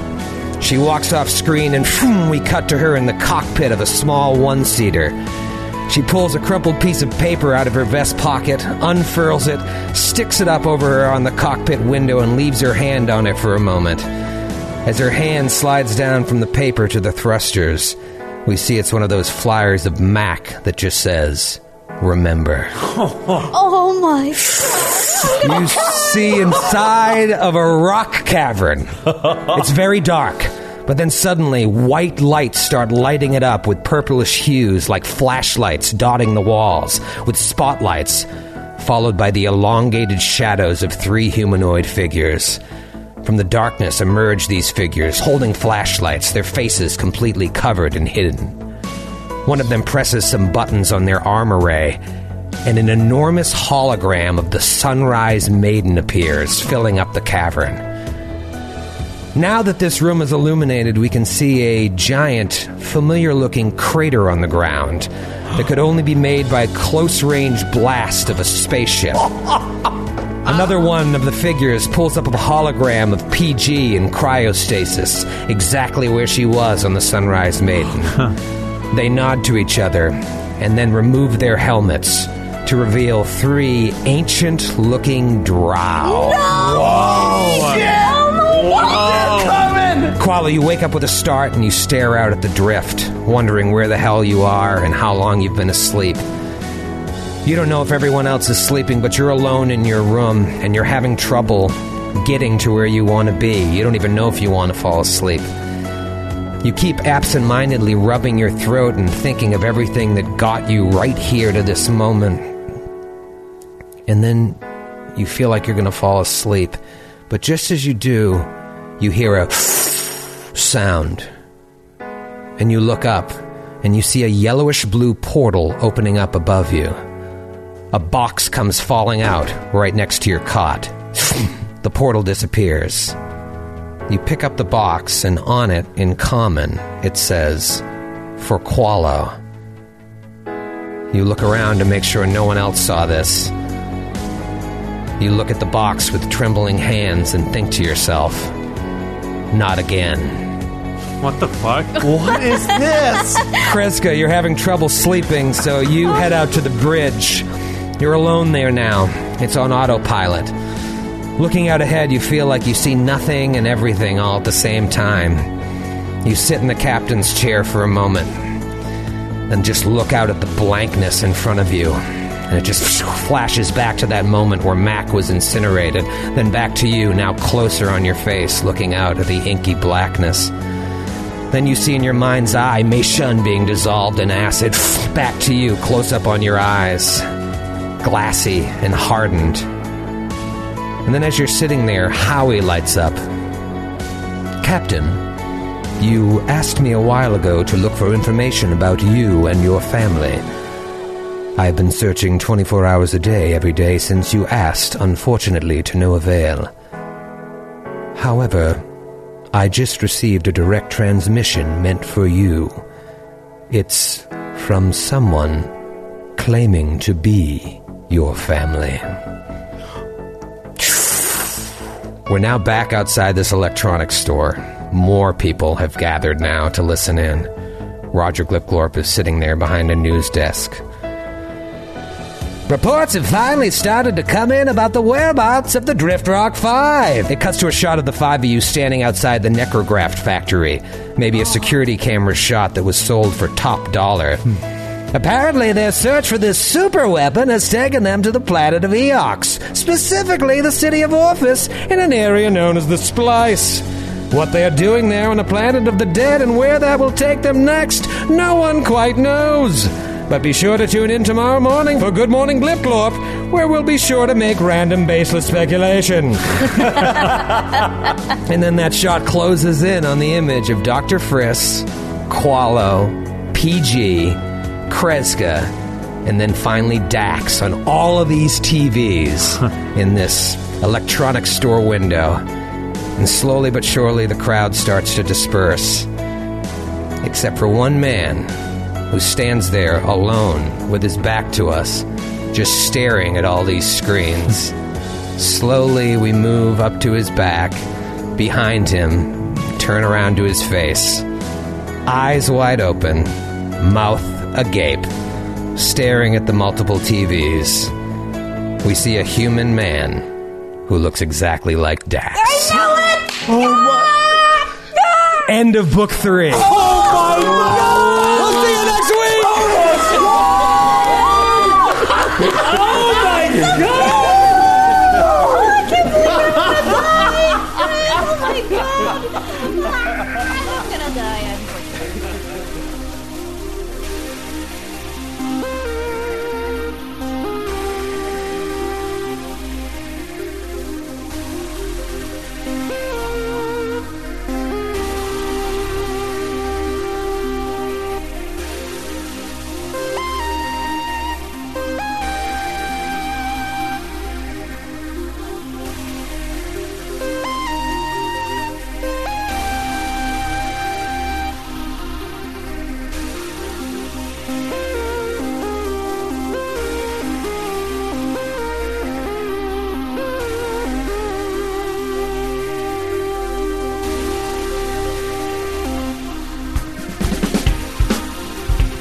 [SPEAKER 5] She walks off screen and phoom, we cut to her in the cockpit of a small one seater. She pulls a crumpled piece of paper out of her vest pocket, unfurls it, sticks it up over her on the cockpit window, and leaves her hand on it for a moment. As her hand slides down from the paper to the thrusters, we see it's one of those flyers of Mac that just says, Remember.
[SPEAKER 13] oh my.
[SPEAKER 5] You see inside of a rock cavern. It's very dark, but then suddenly white lights start lighting it up with purplish hues like flashlights dotting the walls, with spotlights, followed by the elongated shadows of three humanoid figures. From the darkness emerge these figures, holding flashlights, their faces completely covered and hidden. One of them presses some buttons on their arm array, and an enormous hologram of the Sunrise Maiden appears, filling up the cavern. Now that this room is illuminated, we can see a giant, familiar looking crater on the ground that could only be made by a close range blast of a spaceship. Another one of the figures pulls up a hologram of PG in cryostasis, exactly where she was on the Sunrise Maiden. They nod to each other and then remove their helmets to reveal three ancient looking drow. Quala, you wake up with a start and you stare out at the drift, wondering where the hell you are and how long you've been asleep. You don't know if everyone else is sleeping, but you're alone in your room and you're having trouble getting to where you want to be. You don't even know if you want to fall asleep. You keep absentmindedly rubbing your throat and thinking of everything that got you right here to this moment. And then you feel like you're going to fall asleep. But just as you do, you hear a sound. And you look up and you see a yellowish blue portal opening up above you. A box comes falling out right next to your cot. the portal disappears. You pick up the box, and on it, in common, it says, For Qualo. You look around to make sure no one else saw this. You look at the box with trembling hands and think to yourself, Not again.
[SPEAKER 7] What the fuck?
[SPEAKER 5] What is this? Kreska, you're having trouble sleeping, so you head out to the bridge. You're alone there now. It's on autopilot. Looking out ahead, you feel like you see nothing and everything all at the same time. You sit in the captain's chair for a moment, then just look out at the blankness in front of you. And it just flashes back to that moment where Mac was incinerated, then back to you, now closer on your face, looking out at the inky blackness. Then you see in your mind's eye Meishun being dissolved in acid. Back to you, close up on your eyes, glassy and hardened. And then as you're sitting there, Howie lights up. Captain, you asked me a while ago to look for information about you and your family. I've been searching 24 hours a day every day since you asked, unfortunately, to no avail. However, I just received a direct transmission meant for you. It's from someone claiming to be your family. We're now back outside this electronics store. More people have gathered now to listen in. Roger Glipglorp is sitting there behind a news desk. Reports have finally started to come in about the whereabouts of the Drift Rock 5. It cuts to a shot of the five of you standing outside the Necrograft factory. Maybe a security camera shot that was sold for top dollar. Apparently, their search for this super weapon has taken them to the planet of Eox, specifically the city of Orphis, in an area known as the Splice. What they are doing there on the planet of the dead and where that will take them next, no one quite knows. But be sure to tune in tomorrow morning for Good Morning Blipglorp, where we'll be sure to make random baseless speculation. and then that shot closes in on the image of Dr. Friss, Qualo, PG, Kreska, and then finally Dax on all of these TVs in this electronic store window. And slowly but surely, the crowd starts to disperse, except for one man who stands there alone with his back to us, just staring at all these screens. Slowly, we move up to his back, behind him, turn around to his face. Eyes wide open, mouth agape, staring at the multiple TVs. We see a human man who looks exactly like Dax.
[SPEAKER 13] I know it!
[SPEAKER 5] End of book three.
[SPEAKER 13] We'll see you next week! Oh my god! I can't believe I'm alive! Oh my god! I'm gonna die.